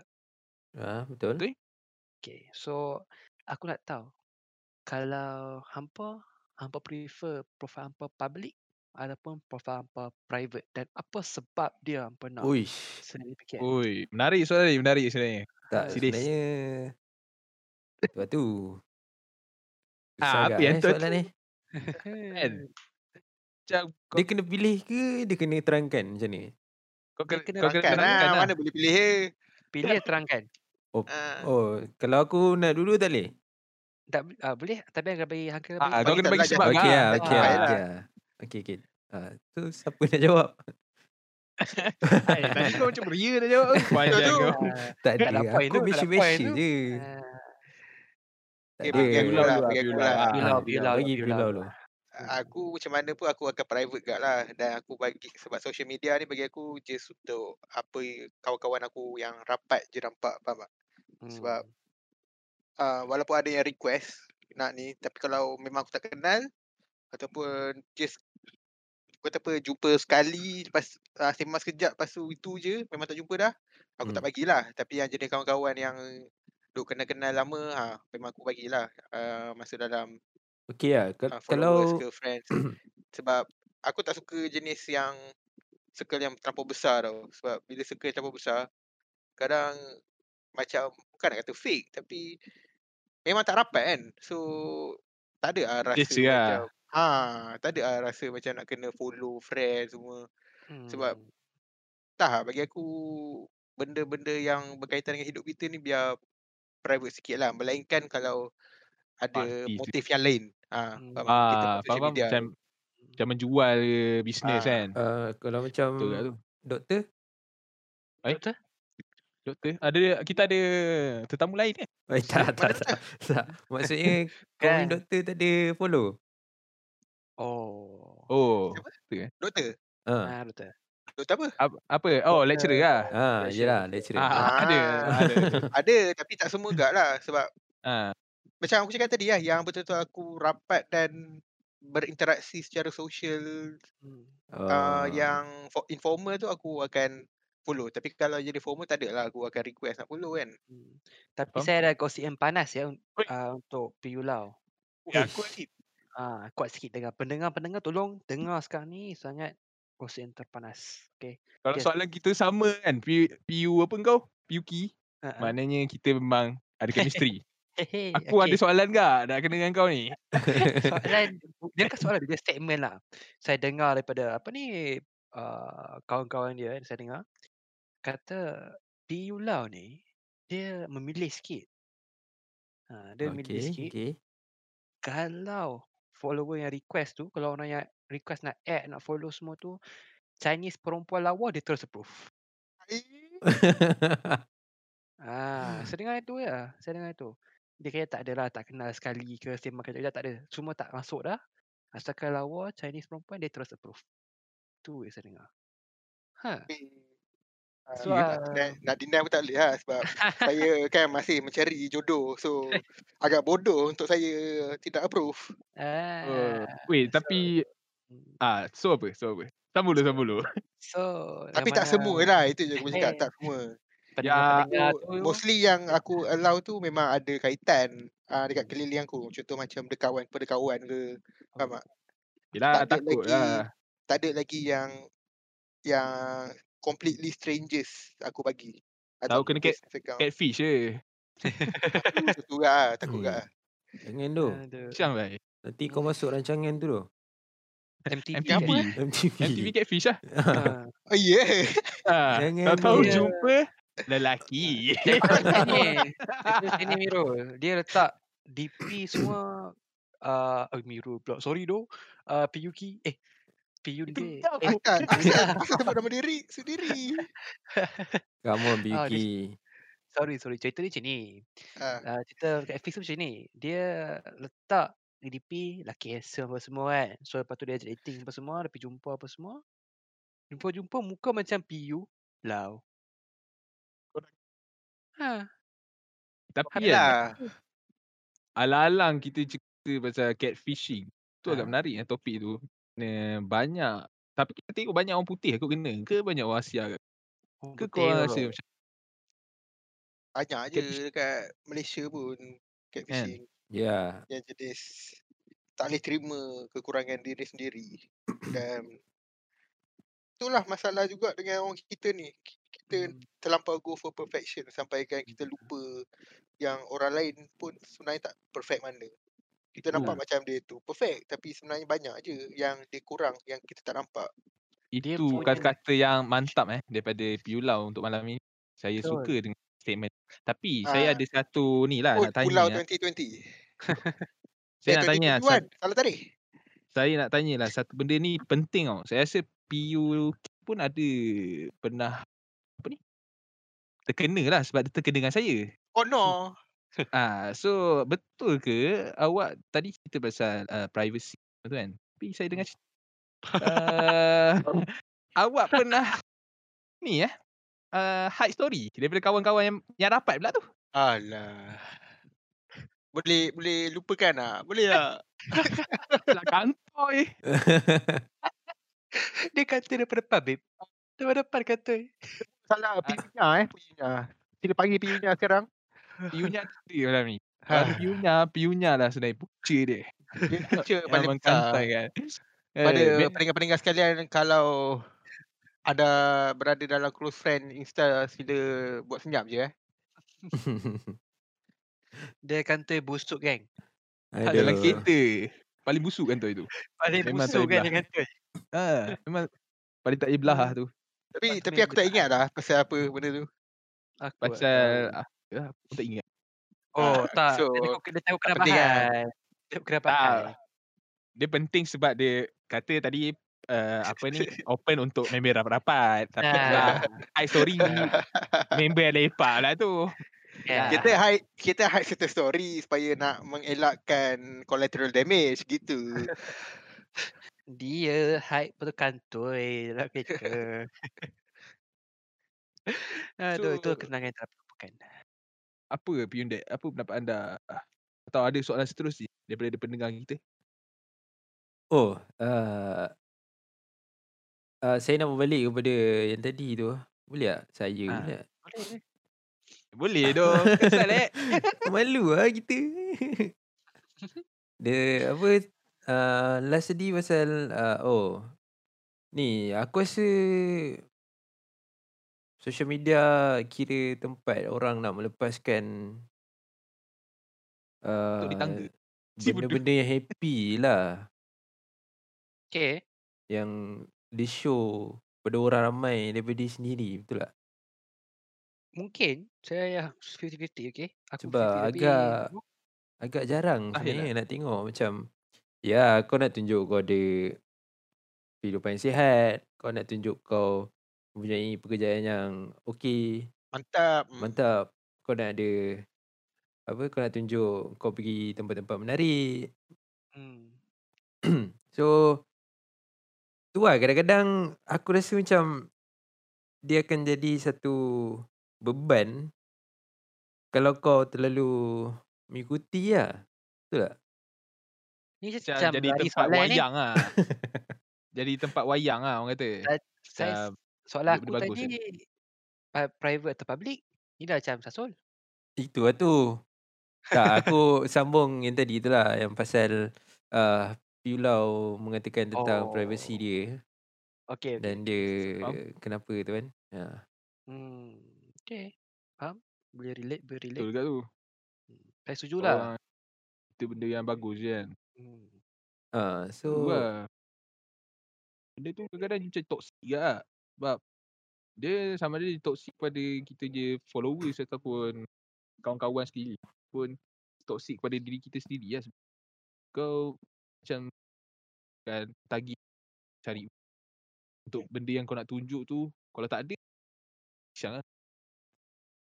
Speaker 2: Ah betul.
Speaker 1: Betul.
Speaker 3: Okay. So aku nak tahu. Kalau hampa, hampa prefer profile hampa public ataupun profile hampa private. Dan apa sebab dia hampa nak
Speaker 2: Uish.
Speaker 3: selidikan.
Speaker 1: Oi, menarik soalan ni, menarik sebenarnya.
Speaker 2: Tak
Speaker 1: Serius.
Speaker 2: sebenarnya Tu lah tu. Susah
Speaker 1: Ah, apa
Speaker 2: agak
Speaker 1: yang
Speaker 2: eh
Speaker 1: tu-
Speaker 2: soalan ni.
Speaker 1: Kan?
Speaker 4: Hmm.
Speaker 1: Macam kau,
Speaker 2: Dia kena pilih ke dia kena terangkan macam ni?
Speaker 1: kau kena,
Speaker 3: kena
Speaker 1: kau kena
Speaker 4: Terangkan lah.
Speaker 1: terangkan lah.
Speaker 4: Mana boleh pilih eh.
Speaker 3: Pilih terangkan.
Speaker 2: Oh,
Speaker 4: Ah.
Speaker 2: oh kalau aku nak dulu tak boleh?
Speaker 3: Tak b- ah, boleh tapi akan bagi hangka
Speaker 1: Ah, ah,
Speaker 3: bagi.
Speaker 1: kau
Speaker 4: Bagi
Speaker 1: kena
Speaker 4: tak
Speaker 1: bagi
Speaker 4: belajar.
Speaker 1: sebab
Speaker 2: Okey
Speaker 1: kau.
Speaker 2: lah, okey lah,
Speaker 4: Ah.
Speaker 2: okey lah. Okey, okey. Ah, tu siapa nak jawab? *laughs*
Speaker 1: Hai, Tadi kau macam beria nak
Speaker 4: *laughs*
Speaker 1: jawab. Panjang
Speaker 4: tu.
Speaker 1: kau. *laughs*
Speaker 3: Ah,
Speaker 2: Tak
Speaker 3: Tak ada
Speaker 2: ada,
Speaker 3: point tu,
Speaker 2: aku
Speaker 3: tak ada point
Speaker 2: besi-besi
Speaker 3: tu.
Speaker 2: je.
Speaker 3: ah,
Speaker 2: Tak
Speaker 4: Okay,
Speaker 2: ada.
Speaker 4: bagi
Speaker 1: Pilau
Speaker 4: aku lah,
Speaker 1: dulu lah,
Speaker 4: bagi aku
Speaker 1: pilau.
Speaker 4: lah.
Speaker 1: Ah,
Speaker 3: Pilau,
Speaker 2: Ah,
Speaker 3: pilau,
Speaker 2: Bagi
Speaker 3: pilau.
Speaker 2: pilau dulu.
Speaker 4: aku macam mana pun aku akan private gak lah dan aku bagi sebab social media ni bagi aku just untuk apa y- kawan-kawan aku yang rapat je nampak faham tak
Speaker 3: Hmm.
Speaker 4: sebab uh, walaupun ada yang request nak ni tapi kalau memang aku tak kenal ataupun just kata apa jumpa sekali lepas uh, sembang sekejap lepas tu itu je memang tak jumpa dah aku tak bagilah tapi yang jenis kawan-kawan yang duk kenal-kenal lama ha memang aku bagilah uh, masa dalam
Speaker 2: Okey lah, kal-
Speaker 4: uh, followers
Speaker 2: kalau
Speaker 4: ke
Speaker 1: *clears throat*
Speaker 4: friends sebab aku tak suka jenis yang circle yang terlampau besar tau sebab bila circle terlampau besar kadang macam bukan nak kata fake tapi memang tak rapat kan so tak ada lah rasa
Speaker 1: Biasa lah.
Speaker 4: macam ha tak ada lah rasa macam nak kena follow friend semua sebab
Speaker 3: Hmm.
Speaker 4: tak lah, bagi aku benda-benda yang berkaitan dengan hidup kita ni biar private sikit lah melainkan kalau ada
Speaker 1: Parti tu.
Speaker 4: motif yang lain ha
Speaker 3: Hmm.
Speaker 4: faham tak? kita
Speaker 1: Ah,
Speaker 4: buat social
Speaker 1: faham
Speaker 4: media
Speaker 1: macam
Speaker 4: tu.
Speaker 1: macam menjual ke bisnes
Speaker 4: lah. Ah.
Speaker 1: kan.
Speaker 2: ah, kalau
Speaker 1: Betul kat
Speaker 2: macam
Speaker 1: tu.
Speaker 2: doktor, *laughs*
Speaker 3: Doktor?
Speaker 1: Eh? Doktor, ada kita ada tetamu lain kan?
Speaker 4: *laughs*
Speaker 2: Eh, tak,
Speaker 4: Mana
Speaker 2: tak, tak, tak. Maksudnya, kau ni
Speaker 3: Kan.
Speaker 2: doktor tak ada follow?
Speaker 3: Oh.
Speaker 1: Oh,
Speaker 4: Siapa?
Speaker 1: doktor eh?
Speaker 4: doktor
Speaker 2: Ha,
Speaker 3: Ah, doktor.
Speaker 4: doktor apa
Speaker 1: Apa, apa? Oh, lecturer lah.
Speaker 2: ha,
Speaker 3: Lecturer,
Speaker 2: yelah,
Speaker 3: lecturer.
Speaker 2: lecturer.
Speaker 1: Ah, ada,
Speaker 4: Ah.
Speaker 1: ada.
Speaker 4: Ada tapi tak semua gak lah sebab
Speaker 1: Ah,
Speaker 4: macam aku cakap tadi lah yang betul-betul aku rapat dan berinteraksi secara sosial
Speaker 3: Hmm.
Speaker 4: oh.
Speaker 2: Ah.
Speaker 4: uh, yang fo- informal tu aku akan follow tapi kalau jadi formal tak ada lah aku akan request nak follow kan
Speaker 3: Hmm. Tapi
Speaker 1: Faham?
Speaker 3: saya ada gosip yang panas ya un-
Speaker 1: Oi.
Speaker 3: ah, untuk Piulau.
Speaker 4: Ui,
Speaker 2: aku
Speaker 4: sh-
Speaker 3: Ah, kuat sikit dengar. Pendengar-pendengar tolong dengar sekarang ni sangat gosip yang terpanas. Okay.
Speaker 1: kalau
Speaker 3: Yes.
Speaker 1: soalan kita sama kan, PU, PU apa kau? PU Ki?
Speaker 4: Ah.
Speaker 3: *laughs* Uh-uh.
Speaker 1: Maknanya kita memang ada
Speaker 4: *laughs*
Speaker 1: chemistry.
Speaker 3: Hehe,
Speaker 1: Aku ada
Speaker 3: okay. Kan
Speaker 1: soalan tak nak kena dengan kau ni?
Speaker 3: soalan bu- dia bukan soalan dia statement lah saya dengar daripada apa ni uh, kawan-kawan dia saya dengar kata PU Lau ni dia memilih sikit ha, dia memilih
Speaker 2: Okey,
Speaker 3: sikit
Speaker 2: okey.
Speaker 3: kalau follower yang request tu kalau orang yang request nak add nak follow semua tu Chinese perempuan lawa dia terus approve Ah,
Speaker 4: Hmm.
Speaker 3: saya dengar itu ya. Saya dengar itu. Dia kata tak adalah tak kenal sekali ke sembang kejap-kejap tak ada. Semua tak masuk dah. Asalkan lawa Chinese perempuan dia terus approve. Tu yang saya dengar. Ha.
Speaker 4: Tapi,
Speaker 3: So,
Speaker 4: ah,
Speaker 3: ah,
Speaker 4: nak deny- nak deny pun tak boleh lah sebab saya kan masih mencari jodoh. So agak bodoh untuk saya tidak approve.
Speaker 1: Uh,
Speaker 3: Ah.
Speaker 1: wait, tapi
Speaker 3: Hmm.
Speaker 1: ah so apa? So apa? Sambung dulu, sambung
Speaker 4: *laughs*
Speaker 1: dulu.
Speaker 3: So,
Speaker 4: Tapi
Speaker 3: yang
Speaker 4: tak
Speaker 3: mana
Speaker 4: semua lah itu je aku boleh cakap
Speaker 3: Eh.
Speaker 4: tak semua.
Speaker 3: Pendengar-pendengar
Speaker 4: So,
Speaker 3: tu
Speaker 4: mostly yang aku allow tu memang ada kaitan uh, dekat keliling aku. Contoh macam dekawan perdekawan ke. Faham tak?
Speaker 1: Yelah,
Speaker 4: Tak ada
Speaker 1: takut
Speaker 4: lagi. Oh.
Speaker 1: lah.
Speaker 4: Tak ada lagi yang yang completely strangers aku bagi.
Speaker 1: Tahu kena
Speaker 4: just account.
Speaker 1: Catfish je.
Speaker 4: Macam tu lah, takut
Speaker 2: Hmm.
Speaker 4: kat.
Speaker 2: *laughs* Jangan tu.
Speaker 4: *laughs*
Speaker 3: Aduh.
Speaker 1: Syang lah.
Speaker 2: Nanti kau masuk rancangan tu tu.
Speaker 3: MTV.
Speaker 1: MTV.
Speaker 3: *laughs*
Speaker 4: apa, eh?
Speaker 2: MTV.
Speaker 1: MTV
Speaker 2: *laughs*
Speaker 1: Catfish lah.
Speaker 3: Ah.
Speaker 4: Oh yeah.
Speaker 1: Ah,
Speaker 2: Jangan
Speaker 1: Tahu-tahu
Speaker 2: dia.
Speaker 1: jumpa
Speaker 4: *laughs*
Speaker 1: lelaki. *laughs*
Speaker 3: Dari sini sini. Dari sini Mirul. Dia letak DP semua uh, oh, Mirul pula. Sorry doh. Uh, PUK. Eh. PUN dia.
Speaker 1: Kejap.
Speaker 3: Eh.
Speaker 4: *laughs* Asal,
Speaker 3: *laughs*
Speaker 4: asal, asal sebut nama diri sendiri. *laughs*
Speaker 2: Come on,
Speaker 3: Ah,
Speaker 2: Biki.
Speaker 3: Sorry, sorry. Cerita dia macam ni.
Speaker 4: Ah,
Speaker 3: Uh, cerita kat FX tu macam ni. Dia letak DP lelaki handsome apa semua kan. So lepas tu dia ajak dating apa semua. Dia pergi jumpa apa semua. Jumpa-jumpa muka macam PU. Lau. Ha.
Speaker 4: ya
Speaker 1: Tapi kan,
Speaker 4: Yalah.
Speaker 1: alang-alang kita cerita pasal catfishing. Tu agak
Speaker 3: Ah.
Speaker 1: menarik lah topik tu. Eh, Banyak. Tapi kita tengok banyak orang putih aku kena ke banyak orang Asia ke?
Speaker 3: Oh,
Speaker 1: Ke
Speaker 3: betul.
Speaker 1: korang rasa macam
Speaker 4: Banyak je
Speaker 1: Catfish.
Speaker 4: dekat Malaysia pun catfishing
Speaker 2: Ya.
Speaker 4: yang jenis tak boleh terima kekurangan diri sendiri.
Speaker 1: *coughs*
Speaker 4: Dan itulah masalah juga dengan orang kita ni. Ki- Kita
Speaker 3: Hmm.
Speaker 4: terlampau go for perfection sampai kan kita
Speaker 1: Hmm.
Speaker 4: lupa yang orang lain pun sebenarnya tak perfect mana. Kita nampak
Speaker 1: Oh.
Speaker 4: macam dia tu perfect tapi sebenarnya banyak je yang dia kurang yang kita tak nampak.
Speaker 1: Itu
Speaker 3: Dia punya-
Speaker 1: kata-kata yang mantap eh daripada Piulau untuk malam ni. Saya
Speaker 3: Betul.
Speaker 1: suka dengan statement. Tapi
Speaker 4: Ah.
Speaker 1: saya ada satu ni lah
Speaker 4: Oh,
Speaker 1: nak
Speaker 4: Pulau
Speaker 1: tanya.
Speaker 4: 2020.
Speaker 1: Saya nak tanya lah, sat-
Speaker 4: 2021. Salah tarikh.
Speaker 1: saya nak tanya lah satu benda ni penting tau. Saya rasa PU pun ada pernah apa ni? Terkena lah sebab dia terkena dengan saya.
Speaker 4: Oh no.
Speaker 1: Ah, so betul ke awak tadi cerita pasal uh, privacy tu kan? Tapi saya dengar *laughs* cerita, uh, awak pernah ni eh uh, hide story daripada kawan-kawan yang, yang rapat pula tu.
Speaker 4: Alah. Boleh boleh lupakan ah. Boleh ah.
Speaker 1: Eh, Pula kantor eh.
Speaker 3: Dia kata daripada depan, babe. Daripada depan dia kata.
Speaker 1: Ah.
Speaker 4: Salah piunya eh, piunya. Sila panggil piunya sekarang.
Speaker 1: Piunya ada cerita malam ni. Kalau piunya, piunya lah sebenarnya punca dia.
Speaker 4: *laughs*
Speaker 1: *laughs*
Speaker 4: Dia punca
Speaker 1: Yang
Speaker 4: paling
Speaker 1: mengkantai
Speaker 4: besar.
Speaker 1: kan.
Speaker 4: Pada
Speaker 1: Eh, ben-
Speaker 4: pendengar-pendengar sekalian kalau ada berada dalam close friend Insta sila buat senyap je eh.
Speaker 2: *laughs*
Speaker 3: Dia kata busuk geng.
Speaker 1: Ada dalam
Speaker 3: Aduh.
Speaker 1: kereta. Paling busuk kan tu itu.
Speaker 3: Paling
Speaker 1: Memang
Speaker 3: busuk
Speaker 1: tak
Speaker 3: kan
Speaker 1: boleh
Speaker 3: dia kata.
Speaker 1: Ha, memang paling tak ibelah lah tu.
Speaker 4: Tapi
Speaker 3: Sebab tu
Speaker 4: tapi
Speaker 3: dia
Speaker 4: aku tak
Speaker 3: boleh
Speaker 4: ingat lah pasal apa
Speaker 1: Hmm.
Speaker 4: benda tu.
Speaker 3: Aku tak
Speaker 1: Pasal ah, ya, aku tak ingat.
Speaker 3: tahu. Oh
Speaker 4: Ah,
Speaker 3: tak.
Speaker 4: so,
Speaker 3: Dia takut, dia takut
Speaker 4: tak
Speaker 3: kena
Speaker 4: penting kan?
Speaker 3: bahas. Dia takut kena bahas.
Speaker 1: Ah, Tak. Dia penting sebab dia kata tadi uh, apa *laughs* ni open untuk member rapat-rapat tapi
Speaker 3: Nah.
Speaker 1: pula
Speaker 3: *laughs*
Speaker 1: high story member lepak lah tu.
Speaker 3: Ya.
Speaker 4: Kita hide kita hide certain story supaya
Speaker 1: Hmm.
Speaker 4: nak mengelakkan collateral damage
Speaker 1: *laughs*
Speaker 4: gitu.
Speaker 3: Dia hide pada kantoi dalam kereta. Aduh, itu
Speaker 1: So-
Speaker 3: kenangan tak terlupakan.
Speaker 1: Apa Piyundek? Apa pendapat anda? Ah, Atau ada soalan seterusnya daripada pendengar kita?
Speaker 2: oh. Uh, uh, saya nak berbalik kepada yang tadi tu. Boleh tak? Saya
Speaker 1: Ah.
Speaker 2: pula.
Speaker 3: Boleh. boleh.
Speaker 1: *laughs* Boleh dong. Kesal eh.
Speaker 2: Malu lah kita. *laughs* Dia apa uh, last tadi pasal uh, oh ni aku rasa social media kira tempat orang nak melepaskan
Speaker 1: Untuk ditangga.
Speaker 2: uh,
Speaker 1: *laughs* Si bodoh.
Speaker 2: benda-benda yang happy lah
Speaker 3: Okay.
Speaker 2: yang dia show pada orang ramai daripada dia sendiri betul tak?
Speaker 3: Mungkin saya 50-50 okay. Aku
Speaker 2: Sebab
Speaker 3: 50 tapi
Speaker 2: agak- Agak jarang
Speaker 1: Mustahil
Speaker 2: sebenarnya nak tengok macam ya kau nak tunjuk kau ada kehidupan yang sihat, kau nak tunjuk kau mempunyai pekerjaan yang okey,
Speaker 4: Mantap. Mm.
Speaker 2: Mantap. Kau nak ada apa kau nak tunjuk kau pergi tempat-tempat menarik.
Speaker 3: Hmm.
Speaker 2: so tu lah kadang-kadang aku rasa macam dia akan jadi satu beban kalau kau terlalu mengikuti lah. Betul tak?
Speaker 3: Ni
Speaker 1: Macam
Speaker 3: macam
Speaker 1: jadi
Speaker 3: lari
Speaker 1: tempat
Speaker 3: soalan ni.
Speaker 1: wayang
Speaker 3: *laughs*
Speaker 1: lah. jadi tempat wayang lah orang kata. Ah,
Speaker 3: Saya- Saya
Speaker 1: Macam
Speaker 3: soalan
Speaker 1: benda
Speaker 3: aku
Speaker 1: bagus
Speaker 3: tadi pa- private atau public? Ni dah macam sasul.
Speaker 2: Itu lah tu. Tak, aku sambung yang tadi tu lah. Yang pasal uh, Piulau mengatakan tentang oh.
Speaker 3: Oh.
Speaker 2: privacy dia.
Speaker 3: Okey, okey.
Speaker 2: Dan dia
Speaker 1: Faham.
Speaker 2: kenapa tu kan. Ha.
Speaker 3: Hmm. Okey. Faham? Boleh relate, boleh
Speaker 1: betul Oh.
Speaker 3: relate.
Speaker 1: juga tu.
Speaker 3: Saya setuju lah.
Speaker 1: Orang itu benda yang bagus je kan.
Speaker 3: Hmm.
Speaker 2: Ha.
Speaker 1: Tu
Speaker 2: So,
Speaker 1: lah. Benda tu kadang-kadang macam toksik juga lah. Sebab dia sama ada dia toksik pada kita je followers ataupun kawan-kawan sendiri pun toksik pada diri kita sendiri lah. Sebab Kau macam kan tagih cari untuk benda yang kau nak tunjuk tu kalau tak ada Syang lah.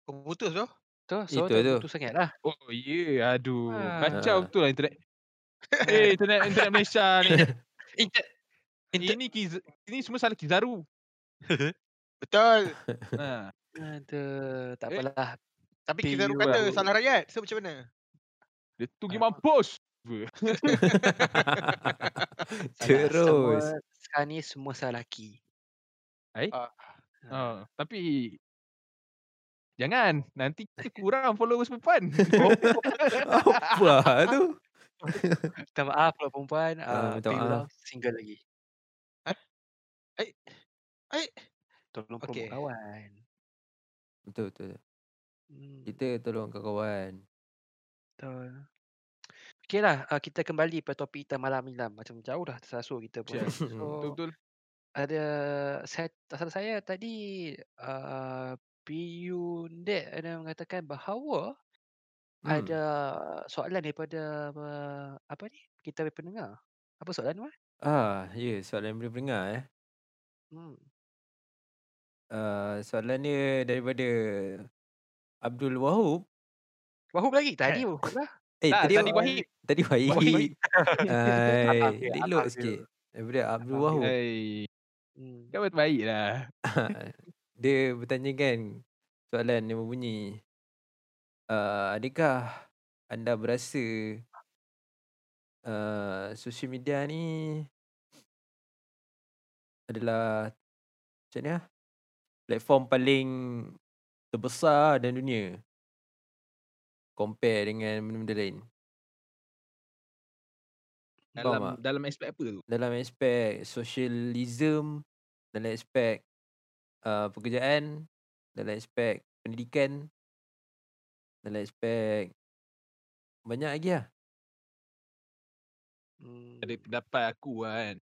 Speaker 4: Kau putus tu?
Speaker 3: Tu, so
Speaker 2: Itu
Speaker 3: dah
Speaker 2: tu.
Speaker 3: putus sangat lah.
Speaker 1: Oh ya yeah, aduh
Speaker 3: Ah.
Speaker 1: kacau
Speaker 2: Ah.
Speaker 1: betul lah internet. eh internet internet Malaysia ni.
Speaker 4: Inter- Inter-
Speaker 1: ini kiz, ini semua salah Kizaru.
Speaker 4: Betul.
Speaker 1: Ha.
Speaker 3: Aduh, tak
Speaker 1: Eh,
Speaker 3: apalah.
Speaker 4: Tapi
Speaker 3: PU
Speaker 4: Kizaru
Speaker 3: lah.
Speaker 4: kata salah rakyat. So macam mana?
Speaker 1: Dia tu pergi
Speaker 3: Alamak.
Speaker 1: mampus.
Speaker 3: Salah semua,
Speaker 2: terus.
Speaker 3: sekarang ni semua salah lelaki.
Speaker 1: Ha. tapi jangan nanti kita kurang followers perempuan.
Speaker 2: *laughs*
Speaker 1: Oh,
Speaker 2: Apa lah tu?
Speaker 3: Minta maaf kalau perempuan,
Speaker 2: Ah,
Speaker 3: uh,
Speaker 2: minta
Speaker 3: PU lah
Speaker 2: maaf.
Speaker 3: single lagi.
Speaker 4: Eh, eh.
Speaker 3: Tolong
Speaker 4: Okey.
Speaker 3: promote kawan.
Speaker 2: Betul, betul. betul.
Speaker 3: Hmm,
Speaker 2: Kita tolong kawan-kawan.
Speaker 3: betul. Okey lah, uh, kita kembali pada topik kita malam ni lah. Macam jauh dah tersasul kita pun.
Speaker 1: Siap.
Speaker 3: *laughs* kan. So,
Speaker 1: Betul-betul.
Speaker 3: ada saya asal saya tadi uh, PU Ndek ada mengatakan bahawa hmm.
Speaker 2: Hmm.
Speaker 3: ada soalan daripada uh, apa ni? Kita punya pendengar. Apa soalan Wan?
Speaker 2: Ah, ya, yeah, soalan boleh pendengar eh.
Speaker 3: Hmm.
Speaker 2: Uh, soalan dia daripada Abdul Wahub.
Speaker 3: Wahub lagi tadi Wahub lah.
Speaker 2: Eh,
Speaker 1: Tak,
Speaker 2: tadi
Speaker 1: Ah, tadi Wahid.
Speaker 2: tadi Wahid.
Speaker 1: Wahid.
Speaker 2: Hai,
Speaker 3: Abang dia,
Speaker 2: elok
Speaker 3: abang dia.
Speaker 2: sikit. Daripada Abdul
Speaker 3: Abang dia.
Speaker 2: Wahub.
Speaker 1: Hai.
Speaker 3: Hmm.
Speaker 1: Kau baik lah.
Speaker 2: dia bertanya kan soalan yang berbunyi uh, adakah anda berasa uh, social media ni adalah macam ni lah, platform paling terbesar dalam dunia compare dengan benda-benda lain Faham
Speaker 1: Dalam
Speaker 2: tak?
Speaker 1: dalam aspek apa tu?
Speaker 2: dalam aspek socialism dalam aspek uh, pekerjaan dalam aspek pendidikan dalam aspek banyak lagi lah
Speaker 3: Hmm.
Speaker 1: Ada pendapat aku lah kan.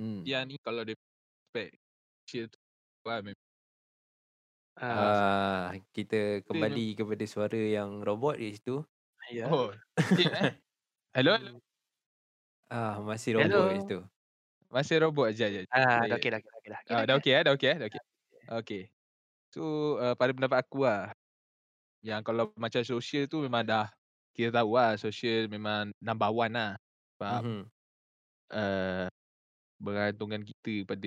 Speaker 2: hmm.
Speaker 1: Dia ni kalau dia aspek Malaysia tu lah memang ya.
Speaker 3: Ah,
Speaker 2: Ah, kita
Speaker 1: mem-
Speaker 2: kembali kepada suara yang robot di situ.
Speaker 3: ya.
Speaker 1: Oh, sikit eh. Hello, hello.
Speaker 3: Hmm.
Speaker 2: Ah, masih
Speaker 1: Ya,
Speaker 2: robot di
Speaker 3: Hello.
Speaker 2: situ.
Speaker 1: Masih robot aja aja.
Speaker 3: Ah, dah
Speaker 1: Saya-
Speaker 3: okey dah okey dah okey dah.
Speaker 1: Ah, dah okey eh, dah okey eh, dah okey. Okey. So, uh, pada pendapat aku lah, yang kalau macam sosial tu memang dah kita tahu lah sosial memang number one lah. Sebab
Speaker 2: Mhm.
Speaker 1: uh, bergantungan kita pada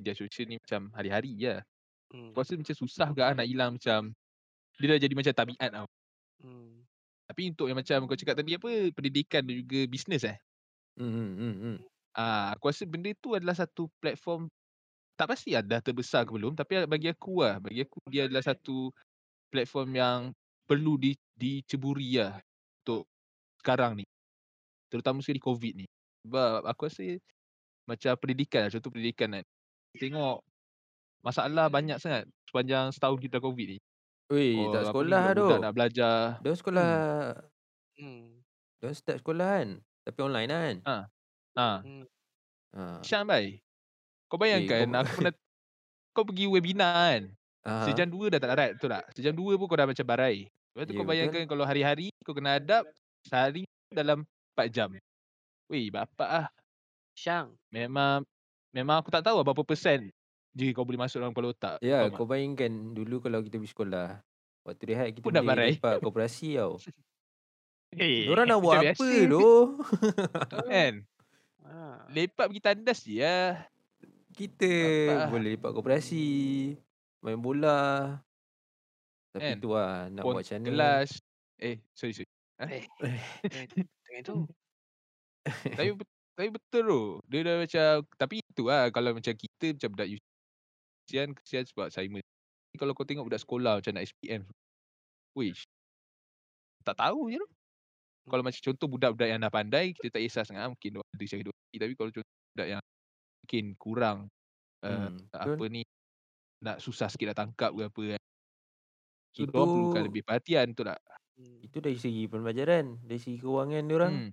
Speaker 1: media sosial ni macam hari-hari je. lah.
Speaker 3: Hmm.
Speaker 1: Aku rasa macam susah juga lah nak hilang macam dia dah jadi macam tabiat tau.
Speaker 3: Hmm.
Speaker 1: Tapi untuk yang macam kau cakap tadi apa, pendidikan dan juga bisnes eh.
Speaker 2: Mhm, mhm, mhm.
Speaker 1: Ah, aku rasa benda tu adalah satu platform tak pasti lah dah terbesar ke belum tapi bagi aku lah bagi aku dia adalah satu platform yang perlu di, diceburi lah untuk sekarang ni terutama sekali covid ni sebab aku rasa macam pendidikan lah contoh pendidikan kan tengok masalah banyak sangat sepanjang setahun kita covid ni
Speaker 2: Wei,
Speaker 1: Oh,
Speaker 2: Eh, tak
Speaker 1: apa ni,
Speaker 2: sekolah lah tu.
Speaker 1: budak-budak nak belajar
Speaker 2: Dia sekolah,
Speaker 3: Hmm.
Speaker 2: dia start sekolah kan. Tapi online kan.
Speaker 1: ha
Speaker 3: Hmm.
Speaker 2: Ah.
Speaker 1: Syam bai kau
Speaker 2: Eh, kau
Speaker 1: bayangkan
Speaker 2: bu-
Speaker 1: aku
Speaker 2: *laughs*
Speaker 1: pernah kau pergi webinar kan
Speaker 2: Ah,
Speaker 1: Sejam dua dah tak larat betul tak? Sejam dua pun kau dah macam barai. Lepas tu
Speaker 2: Ya,
Speaker 1: kau
Speaker 2: betul.
Speaker 1: bayangkan kalau hari-hari kau kena hadap sehari dalam 4 jam. Weh bapak ah.
Speaker 3: Syang.
Speaker 1: Memang memang aku tak tahu lah berapa persen je kau boleh masuk dalam kepala otak.
Speaker 2: Ya,
Speaker 1: faham tak?
Speaker 2: kau bayangkan dulu kalau kita pergi sekolah. Waktu rehat kita
Speaker 1: Pun dah
Speaker 2: boleh
Speaker 1: barai.
Speaker 2: lepak
Speaker 1: *laughs*
Speaker 2: koperasi tau.
Speaker 1: Eh,
Speaker 2: Diorang nak buat
Speaker 1: macam
Speaker 2: apa
Speaker 1: biasa.
Speaker 2: doh?
Speaker 1: Kan?
Speaker 3: Ha.
Speaker 1: Lepak pergi tandas je lah.
Speaker 2: *laughs* Ya. Kita
Speaker 1: Nampak lah.
Speaker 2: boleh lepak koperasi, main bola. Tapi
Speaker 1: Kan?
Speaker 2: tu lah nak
Speaker 1: Pon
Speaker 2: buat macam mana.
Speaker 1: Kelas. Eh, sorry, sorry. Eh?
Speaker 3: eh.
Speaker 1: *laughs*
Speaker 3: Dengan tu.
Speaker 1: tapi, bet- tapi betul tu. Dia dah macam, tapi itu lah. Kalau macam kita macam budak UC, kesian, kesian sebab Simon. Tapi Kalau kau tengok budak sekolah macam nak SPM. Wish. Tak tahu je tu. Kalau macam contoh budak-budak yang dah pandai, kita tak kisah sangat. Mungkin dia ada cara dua kaki. Tapi kalau contoh budak yang mungkin kurang uh,
Speaker 2: Hmm, betul.
Speaker 1: apa ni, nak susah sikit nak tangkap ke apa kan. So,
Speaker 2: Itu-
Speaker 1: Itu... diorang perlukan lebih perhatian tu tak?
Speaker 3: Hmm.
Speaker 2: Itu dari segi pembelajaran, dari segi kewangan diorang.
Speaker 1: Hmm.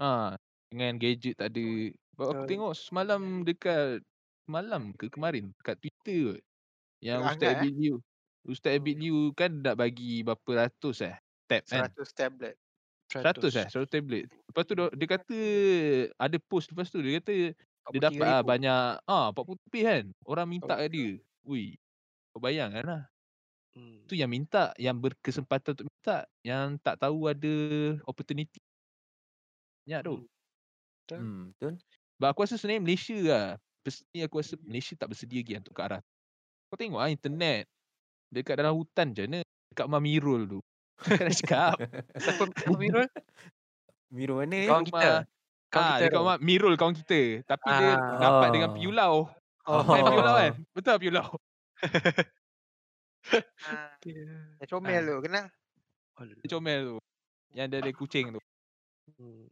Speaker 1: Ha, dengan gadget tak ada. Sebab aku
Speaker 3: Betul.
Speaker 1: tengok semalam dekat malam ke kemarin dekat Twitter kot. Yang
Speaker 4: Tengah
Speaker 1: Ustaz
Speaker 4: hangat, eh?
Speaker 1: Abid Liu. Ustaz
Speaker 3: Hmm.
Speaker 1: Abid Liu kan nak bagi berapa ratus eh tab kan.
Speaker 4: 100 tablet.
Speaker 1: 100 eh, 100 tablet. Lepas tu dia, dia kata ada post lepas tu dia kata dia dapat ah,
Speaker 3: 43,000.
Speaker 1: banyak ah 40 lebih kan. Orang minta kat dia. Ui. Kau bayangkan lah.
Speaker 3: Hmm.
Speaker 1: Tu yang minta, yang berkesempatan untuk minta, yang tak tahu ada opportunity. Banyak tu.
Speaker 3: Hmm. Betul.
Speaker 2: Hmm, betul.
Speaker 1: Sebab aku rasa sebenarnya Malaysia lah. Personally aku
Speaker 3: Hmm.
Speaker 1: rasa Malaysia tak bersedia lagi untuk ke arah. tu. Kau tengok lah internet. Dekat dalam hutan je mana. Dekat Mamirul tu. *laughs* Kan dah cakap.
Speaker 3: Siapa siapa Mirul?
Speaker 2: Miru mana eh?
Speaker 1: Kau-
Speaker 3: Kawan Eh, kita. *laughs* Kawan
Speaker 1: ah,
Speaker 3: kita.
Speaker 1: dekat Mak Mirul kawan kita. Tapi dia
Speaker 3: Ah.
Speaker 1: rapat dengan
Speaker 2: Ah.
Speaker 1: Piulau. Kan
Speaker 2: Oh.
Speaker 3: Oh,
Speaker 2: *laughs*
Speaker 1: Piulau
Speaker 3: *laughs*
Speaker 1: kan? Betul tak Piulau?
Speaker 4: Ha,
Speaker 3: dia.
Speaker 4: yang comel
Speaker 1: Ah.
Speaker 4: tu, kenal?
Speaker 1: Dia comel tu. Yang dia ada kucing tu.
Speaker 3: Hmm.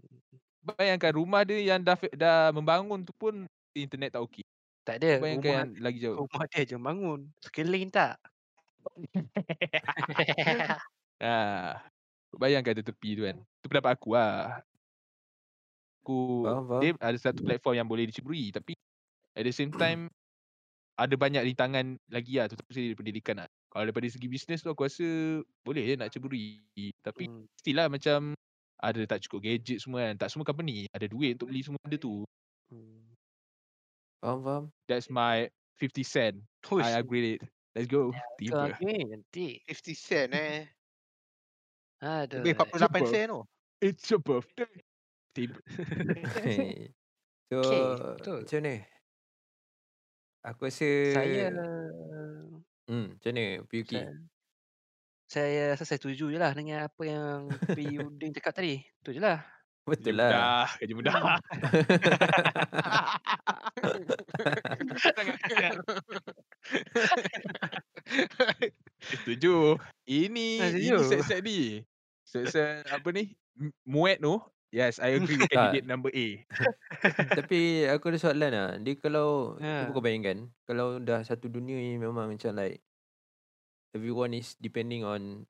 Speaker 1: Bayangkan rumah dia yang dah, dah membangun tu pun internet tak okey.
Speaker 3: Tak ada.
Speaker 1: Bayangkan
Speaker 3: Eh, rumah,
Speaker 1: yang lagi jauh.
Speaker 3: rumah dia je bangun. Sekeliling tak?
Speaker 1: Ah, bayangkan dia tepi tu kan. Itu pendapat aku lah. Aku
Speaker 2: Faham, faham.
Speaker 1: dia ada satu platform yang boleh diceburi tapi at the same time ada banyak rintangan lagi lah terutama dari pendidikan lah. Kalau daripada segi bisnes tu aku rasa boleh je nak ceburi. Tapi
Speaker 3: Hmm.
Speaker 1: still lah macam ada tak cukup gadget semua kan. Tak semua company ada duit untuk beli semua benda tu.
Speaker 3: Hmm.
Speaker 2: Faham,
Speaker 1: *laughs*
Speaker 2: faham.
Speaker 1: That's my 50 cent.
Speaker 3: Hush.
Speaker 1: I agree it. Let's go.
Speaker 3: Ya, Betul
Speaker 1: *laughs* Tiba.
Speaker 3: aku ni nanti.
Speaker 4: 50 cent eh.
Speaker 3: Aduh.
Speaker 4: Lebih 48
Speaker 1: Super.
Speaker 4: sen tu.
Speaker 1: It's your birthday. Tiba.
Speaker 2: so,
Speaker 3: Okay, betul.
Speaker 2: macam mana? Aku rasa...
Speaker 3: Saya eh,
Speaker 2: Hmm, macam mana? Piyuki.
Speaker 3: saya, saya rasa saya setuju je lah dengan apa yang P. Udin cakap tadi. Tu je lah.
Speaker 1: Kerja
Speaker 2: Betul lah.
Speaker 1: mudah. Kerja mudah.
Speaker 3: Hmm.
Speaker 1: Sangat kejam. *laughs* Setuju. Ini ini
Speaker 3: setuju.
Speaker 1: set-set ni. Set-set apa ni? M- Muet tu. Yes, I
Speaker 2: *laughs*
Speaker 1: agree with
Speaker 2: Tak.
Speaker 1: candidate number A.
Speaker 2: Tapi aku ada soalan lah. Dia kalau
Speaker 3: Ha.
Speaker 2: yeah.
Speaker 1: Ya.
Speaker 2: cuba kau bayangkan, kalau dah satu dunia ni memang macam like everyone is depending on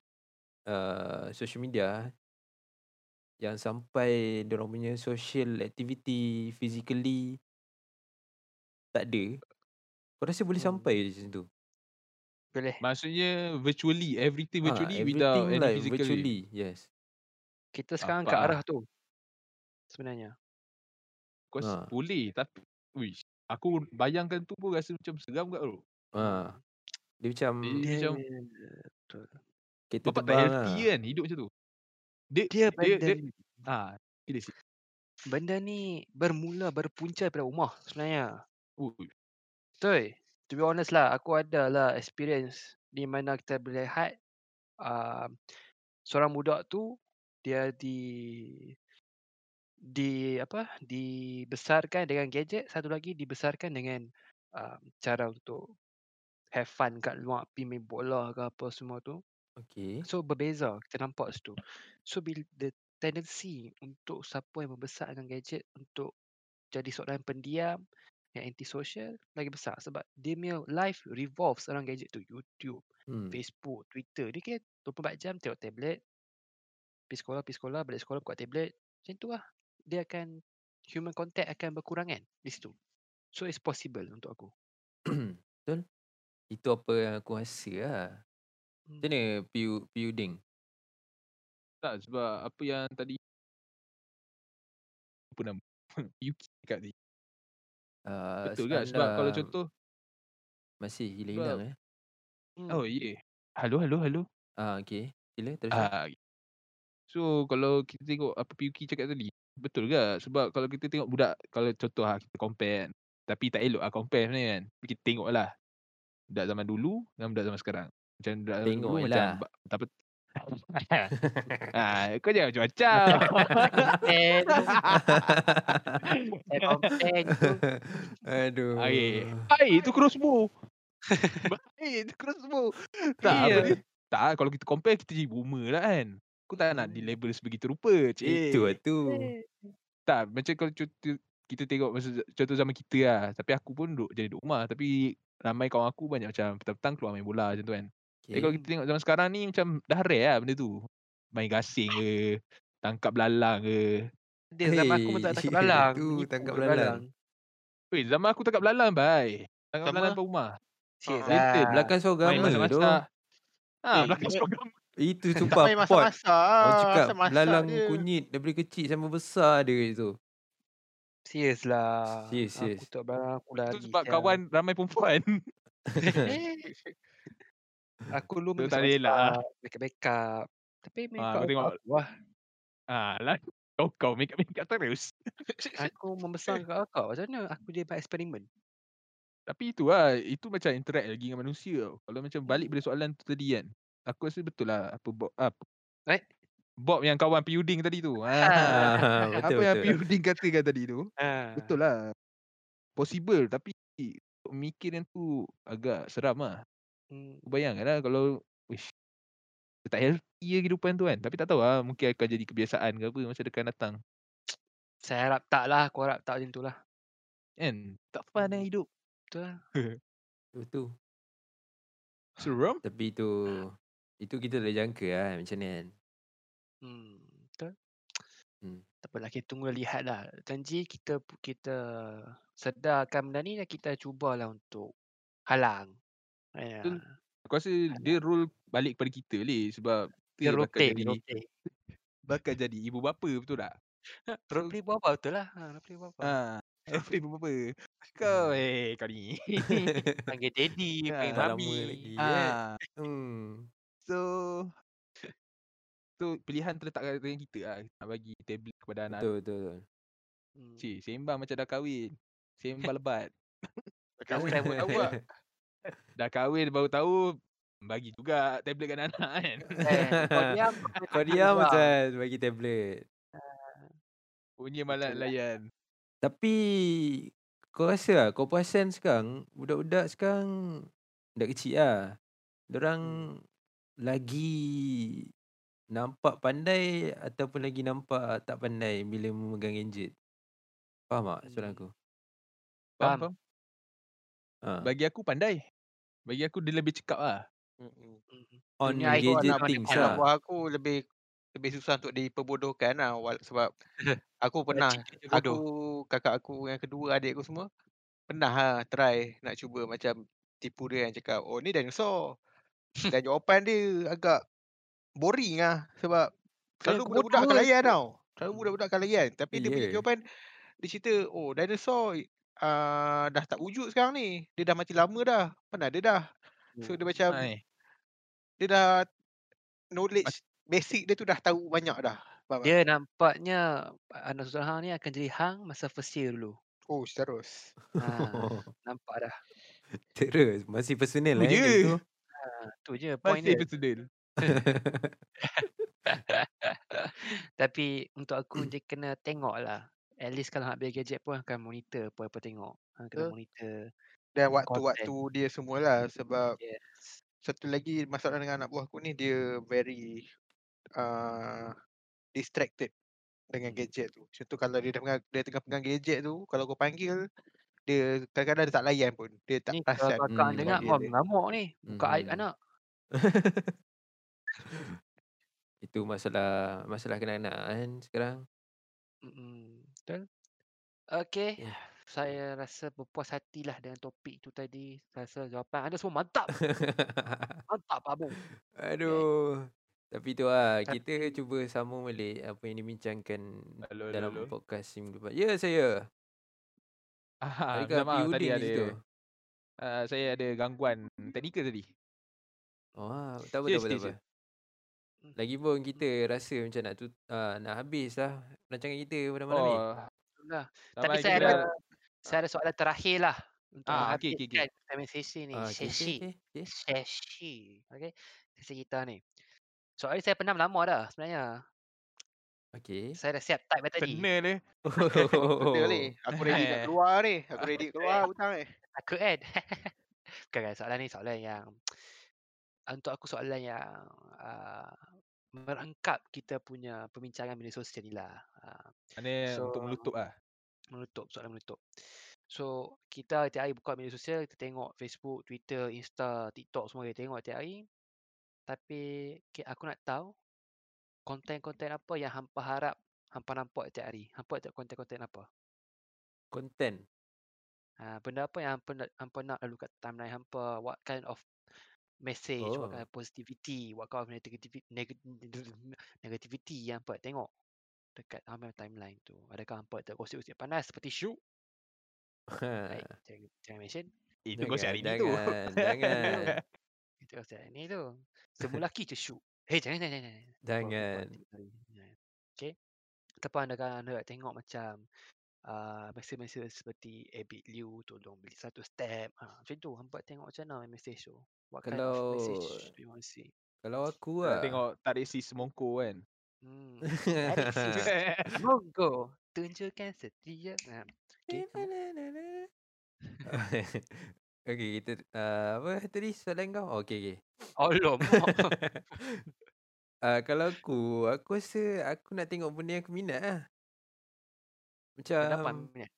Speaker 2: uh, social media yang sampai diorang punya social activity physically tak ada. Kau rasa boleh
Speaker 3: Hmm.
Speaker 2: sampai je macam tu?
Speaker 3: Boleh.
Speaker 1: Maksudnya virtually everything
Speaker 2: Ah,
Speaker 1: virtually without
Speaker 2: everything
Speaker 1: any
Speaker 2: like
Speaker 1: physical.
Speaker 2: virtually, yes.
Speaker 3: Kita sekarang ke
Speaker 1: Apa?
Speaker 3: arah tu. Sebenarnya.
Speaker 1: Kau ha.
Speaker 2: Ha.
Speaker 1: boleh tapi wish. Aku bayangkan tu pun rasa macam seram kat tu.
Speaker 2: Ah, dia macam
Speaker 1: Hmm. Dia
Speaker 3: Dia,
Speaker 1: macam
Speaker 2: kereta
Speaker 1: bapak tak
Speaker 2: terbang
Speaker 1: healthy
Speaker 2: lah.
Speaker 1: kan hidup macam tu. Dia
Speaker 3: dia
Speaker 1: dia
Speaker 3: benda
Speaker 1: dia
Speaker 3: ni.
Speaker 1: ah dia si.
Speaker 3: Benda ni bermula berpunca daripada rumah sebenarnya.
Speaker 1: Ui,
Speaker 3: Betul. To be honest lah, aku ada lah experience di mana kita boleh lihat uh, seorang budak tu dia di di apa dibesarkan dengan gadget satu lagi dibesarkan dengan uh, cara untuk have fun kat luar pergi main bola ke apa semua tu
Speaker 2: Okay.
Speaker 3: so berbeza kita nampak situ so bila the tendency untuk siapa yang membesar dengan gadget untuk jadi seorang pendiam yang antisocial lagi besar sebab dia punya life revolves around gadget tu YouTube
Speaker 2: Hmm.
Speaker 3: Facebook, Twitter. Dia kan 24 jam tengok tablet. Pergi sekolah, pergi sekolah, balik sekolah buka tablet. Macam tu lah. Dia akan, human contact akan berkurangan di situ. So it's possible untuk aku.
Speaker 2: *coughs* Betul? Itu apa yang aku rasa lah.
Speaker 3: Hmm.
Speaker 2: Macam mana Piu, Piu Ding?
Speaker 1: tak sebab apa yang tadi apa nama? *laughs* Yuki kat ni.
Speaker 2: Uh,
Speaker 1: Betul kan? Sebab kalau
Speaker 2: anda
Speaker 1: contoh
Speaker 2: Masih hilang-hilang eh.
Speaker 3: Hmm.
Speaker 1: oh ye. Yeah. Halo halo halo.
Speaker 2: Ah, okay. Sila terus. Uh,
Speaker 1: Ah, so kalau kita tengok apa PUK cakap tadi, Betul juga sebab kalau kita tengok budak kalau contoh lah kita compare kan. Tapi tak elok lah compare sebenarnya kan. Tapi kita tengok lah budak zaman dulu dengan budak zaman sekarang. Macam budak zaman dulu
Speaker 2: Tengok je
Speaker 1: macam
Speaker 2: lah.
Speaker 1: ba- tak
Speaker 2: *laughs*
Speaker 1: apa. *laughs* ah, kau jangan
Speaker 2: *laughs*
Speaker 1: macam-macam.
Speaker 3: Ten, ten on ten tu.
Speaker 2: *laughs* Aduh.
Speaker 1: Okey. Baik tu crossbow.
Speaker 4: Eh,
Speaker 1: Baik tu crossbow. Tak apa
Speaker 2: Iya.
Speaker 1: ni? Tak kalau kita compare kita jadi boomer lah kan. Aku tak nak di label sebegitu rupa. Cik.
Speaker 2: Itu lah tu.
Speaker 4: Eh.
Speaker 1: Tak macam kalau contoh kita tengok masa contoh zaman kita lah. Tapi aku pun duduk jadi duduk rumah tapi ramai kawan aku banyak macam petang-petang keluar main bola macam tu kan.
Speaker 2: Ya,
Speaker 1: Okay. Tapi kalau kita tengok zaman sekarang ni macam dah rare lah benda tu. Main gasing ke, tangkap belalang ke.
Speaker 2: *laughs*
Speaker 3: Dia zaman aku pun tak tangkap belalang.
Speaker 2: Tu,
Speaker 3: menipu
Speaker 2: tangkap
Speaker 3: je
Speaker 2: belalang.
Speaker 1: Weh, zaman aku tangkap belalang bai. Tangkap
Speaker 4: Sama
Speaker 1: belalang
Speaker 4: lah.
Speaker 1: depan rumah.
Speaker 3: Serius
Speaker 4: Ah,
Speaker 3: lah.
Speaker 2: Belakang
Speaker 1: Main
Speaker 2: seorang tu.
Speaker 1: masak-masak. Ah,
Speaker 4: Eh,
Speaker 1: belakang
Speaker 4: dia-
Speaker 1: program.
Speaker 4: *laughs*
Speaker 2: Itu
Speaker 4: Tak
Speaker 2: sumpah
Speaker 4: main
Speaker 2: pot.
Speaker 4: masak-masak.
Speaker 2: Orang
Speaker 4: Asal
Speaker 2: cakap
Speaker 4: masak
Speaker 2: belalang
Speaker 4: je.
Speaker 2: kunyit daripada kecil sampai besar dia itu.
Speaker 3: Serius lah.
Speaker 2: Serius, serius.
Speaker 3: Aku tak belalang aku lari.
Speaker 1: Tu sebab
Speaker 3: sial.
Speaker 1: *laughs*
Speaker 3: *laughs*
Speaker 1: kawan ramai perempuan.
Speaker 4: Eh,
Speaker 3: Aku dulu
Speaker 1: Tu
Speaker 3: main
Speaker 1: tak boleh elak lah.
Speaker 3: masak-masak, Backup-backup. Tapi main
Speaker 1: Ah,
Speaker 3: kat
Speaker 1: kau tengok.
Speaker 3: rumah aku lah.
Speaker 1: Ah, lah. Kau kau make up make up terus.
Speaker 3: Aku membesar kat kakak macam mana? Aku dia buat eksperimen.
Speaker 1: Tapi itu lah, itu macam interact lagi dengan manusia tau. Kalau macam balik pada soalan tu tadi kan. Aku rasa betul lah apa Bob, ah,
Speaker 3: Right?
Speaker 1: Bob yang kawan Puding tadi tu. Ha.
Speaker 2: Ah,
Speaker 1: *laughs* *laughs* apa
Speaker 2: betul
Speaker 1: yang
Speaker 2: betul.
Speaker 1: Puding katakan tadi tu.
Speaker 3: Ha.
Speaker 1: Betul lah. Possible tapi untuk mikir yang tu agak seram lah.
Speaker 3: Hmm.
Speaker 1: Kau bayangkan lah kalau wish, tak healthy lah kehidupan tu kan. Tapi tak tahu lah mungkin akan jadi kebiasaan ke apa masa dekat datang.
Speaker 3: Saya harap tak lah. Aku harap tak macam tu lah.
Speaker 1: Kan? Tak fun lah hidup.
Speaker 3: Betul lah.
Speaker 2: Betul.
Speaker 1: Seram?
Speaker 2: Tapi itu itu kita boleh jangka lah macam ni kan.
Speaker 3: Hmm. Betul.
Speaker 2: Hmm.
Speaker 3: Tak apalah. Kita tunggu lihat lah. Janji kita kita sedarkan benda ni dan kita cubalah untuk halang. Ya.
Speaker 1: Betul. Aku rasa dia role balik kepada kita leh sebab
Speaker 3: Dia
Speaker 1: kita bakal
Speaker 3: rotate.
Speaker 1: jadi
Speaker 3: Rotate.
Speaker 1: bakal jadi ibu bapa betul tak? So-
Speaker 3: Rotate buat apa betul lah. Ha, rotate buat apa.
Speaker 1: Ha. *laughs* Ibu bapa. Kau eh kau ni.
Speaker 3: Panggil daddy.
Speaker 1: Ah,
Speaker 3: Panggil
Speaker 2: Tak
Speaker 3: mami.
Speaker 2: lama lagi kan.
Speaker 1: ha.
Speaker 2: Hmm.
Speaker 1: So so pilihan terletak kat tangan kita lah. Nak bagi tablet kepada anak.
Speaker 2: Betul betul betul.
Speaker 3: Hmm.
Speaker 1: Cik, sembang macam dah kahwin. Sembang lebat.
Speaker 4: Kau
Speaker 3: Last
Speaker 4: boleh
Speaker 3: time
Speaker 4: tahu tahu
Speaker 2: *laughs*
Speaker 4: lah.
Speaker 1: Dah kahwin baru tahu bagi juga tablet kat anak *laughs* kan.
Speaker 3: Eh, Kau diam.
Speaker 2: Kau diam macam bagi tablet.
Speaker 1: Punya malah
Speaker 3: Betul lah.
Speaker 1: layan.
Speaker 2: Tapi kau rasa lah, kau perasan sekarang budak-budak sekarang budak kecil lah. Diorang lagi nampak pandai ataupun lagi nampak tak pandai bila memegang gadget. Faham tak soalan
Speaker 3: Hmm.
Speaker 2: aku?
Speaker 1: Faham,
Speaker 3: Faham.
Speaker 1: faham.
Speaker 2: Ha.
Speaker 1: Bagi aku pandai. Bagi aku dia lebih cekap lah.
Speaker 4: Mm-mm.
Speaker 3: Hmm.
Speaker 2: On
Speaker 3: dunia
Speaker 4: Kau
Speaker 2: gadget
Speaker 4: anak
Speaker 3: mana
Speaker 2: things
Speaker 3: kau
Speaker 4: anak
Speaker 2: lah. *laughs*
Speaker 4: buah aku lebih lebih susah untuk diperbodohkan lah wal- sebab aku pernah
Speaker 3: Cik dia
Speaker 4: aku
Speaker 3: bodoh.
Speaker 4: kakak aku yang kedua adik aku semua pernah lah try nak cuba macam tipu dia yang cakap oh ni dinosaur dan jawapan dia agak boring lah sebab
Speaker 3: Kau
Speaker 4: selalu
Speaker 3: aku
Speaker 4: budak-budak akan
Speaker 3: bodoh
Speaker 4: layan tau selalu
Speaker 3: Mm.
Speaker 4: budak-budak akan layan tapi dia punya
Speaker 2: Ya.
Speaker 4: jawapan dia cerita oh dinosaur uh, dah tak wujud sekarang ni dia dah mati lama dah mana ada dah so dia macam
Speaker 1: Hai.
Speaker 4: dia dah knowledge basic dia tu dah tahu banyak dah faham tak?
Speaker 3: Dia nampaknya anak susul hang ni akan jadi hang masa first year dulu.
Speaker 4: oh terus
Speaker 3: Ha, nampak dah.
Speaker 2: Terus masih personal
Speaker 1: Tu
Speaker 2: eh
Speaker 1: je.
Speaker 2: dia tu.
Speaker 3: Ha, tu je point
Speaker 1: Masih
Speaker 3: dia.
Speaker 1: personal.
Speaker 3: Tapi untuk aku dia kena tengok lah. At least kalau hang ambil gadget pun hang akan monitor apa-apa tengok. Hang kena
Speaker 4: Betul.
Speaker 3: monitor
Speaker 4: dan waktu-waktu
Speaker 3: konten.
Speaker 4: dia semualah sebab
Speaker 3: Yes.
Speaker 4: satu lagi masalah dengan anak buah aku ni dia very uh, distracted dengan
Speaker 3: Hmm.
Speaker 4: gadget tu. Contoh kalau dia dah pegang, dia tengah pegang gadget tu, kalau kau panggil dia kadang-kadang dia tak layan pun. Dia tak
Speaker 3: Ni kalau
Speaker 4: perasan *laughs*
Speaker 3: kakak
Speaker 2: Hmm.
Speaker 3: hmm. dengar
Speaker 4: panggil
Speaker 3: wah
Speaker 4: dia.
Speaker 3: mengamuk ni. Buka aib
Speaker 2: Mhm.
Speaker 3: anak.
Speaker 2: Itu masalah masalah kanak-kanak kan sekarang.
Speaker 3: Mm-mm. Betul? Okay.
Speaker 2: Ya.
Speaker 3: Saya rasa berpuas hatilah dengan topik tu tadi. Saya rasa jawapan anda semua mantap.
Speaker 2: *laughs*
Speaker 3: Mantap Pak Abang.
Speaker 2: Aduh. Tapi tu lah, kita
Speaker 3: Tapi-
Speaker 2: cuba sama balik apa yang dibincangkan
Speaker 1: Hello, hello,
Speaker 2: dalam
Speaker 1: hello.
Speaker 2: podcast minggu lepas. Ya, saya.
Speaker 1: Ah,
Speaker 2: Adakah
Speaker 1: minta maaf
Speaker 2: Piuding
Speaker 1: tadi
Speaker 2: di
Speaker 1: ada
Speaker 2: situ?
Speaker 1: uh, saya ada gangguan teknikal tadi.
Speaker 2: Oh, ah,
Speaker 1: Serius,
Speaker 2: tak apa, tak apa, tak
Speaker 1: serius,
Speaker 2: apa.
Speaker 1: serius.
Speaker 3: Hmm,
Speaker 2: Lagipun kita rasa macam nak tut, uh, nak habis lah rancangan kita pada malam ni.
Speaker 1: Oh.
Speaker 3: Itulah. Tapi
Speaker 1: Tapi
Speaker 3: saya
Speaker 1: saya
Speaker 3: ada-
Speaker 1: dah,
Speaker 3: Saya ada soalan terakhir lah untuk
Speaker 1: Ah, okey, okey, okey.
Speaker 3: menghabiskan time sesi ni.
Speaker 2: Ah, okay,
Speaker 3: sesi.
Speaker 2: okay, okay.
Speaker 3: Sesi. Okey. Sesi kita ni. Soalan ni saya pendam lama dah sebenarnya. *laughs*
Speaker 2: okay.
Speaker 3: Saya dah siap type dari tadi.
Speaker 1: kena dia.
Speaker 2: Oh. *laughs*
Speaker 4: Benda ni. Aku ready nak
Speaker 1: Eh.
Speaker 4: keluar ni. Aku ready nak keluar hutang ni.
Speaker 3: Takut kan? *laughs* Bukan kan soalan ni soalan yang untuk aku soalan yang uh, merangkap kita punya perbincangan media sosial ni lah. Uh,
Speaker 1: Ini
Speaker 3: So-
Speaker 1: untuk menutup ah.
Speaker 3: menutup soalan menutup. So kita tiap hari buka media sosial kita tengok Facebook, Twitter, Insta, TikTok semua kita tengok tiap hari. Tapi okay, aku nak tahu konten-konten apa yang hampa harap hampa nampak tiap hari. Hampa tiap konten-konten apa?
Speaker 2: Content.
Speaker 3: Ha, benda apa yang hampa nak, hampa nak lalu kat timeline hampa? What kind of message, oh. what kind of positivity, what kind of negativity, *laughs* negativity yang hampa tengok dekat hampa timeline tu. Adakah hampa tengok gosip-gosip panas seperti Syuk?
Speaker 2: Ha,
Speaker 3: Baik, jangan, jangan mention.
Speaker 1: Itu Eh, kau
Speaker 2: jangan,
Speaker 1: hari ni tu.
Speaker 2: Jangan,
Speaker 1: *laughs*
Speaker 2: jangan,
Speaker 3: Kita kata ni tu. Semua lelaki je shoot. Hei jangan jangan jangan. jangan. Apa, apa,
Speaker 2: jangan.
Speaker 3: apa, sorry,
Speaker 2: ya,
Speaker 3: jangan. Okay. Ataupun anda kan anda nak tengok macam uh, mesej-mesej seperti Abid Liu tolong beli satu step. Ha, macam tu hampa tengok macam mana mesej tu. What kind of message
Speaker 2: Kalau-
Speaker 3: do you want to see?
Speaker 2: Kalau
Speaker 1: Nak
Speaker 2: aku lah.
Speaker 1: tengok tarik si semongko kan.
Speaker 2: *laughs*
Speaker 3: Hmm. Tarik sis.
Speaker 1: *laughs*
Speaker 3: Monggo tunjukkan setia. Ha. Okay. sambung.
Speaker 2: *laughs* okay, kita uh, apa tadi soalan kau? Oh, okay,
Speaker 4: *laughs*
Speaker 2: okay.
Speaker 3: Allah. mak.
Speaker 2: uh, kalau aku, aku rasa aku nak tengok benda yang aku minat lah. Macam
Speaker 3: Benda apa? Aminah?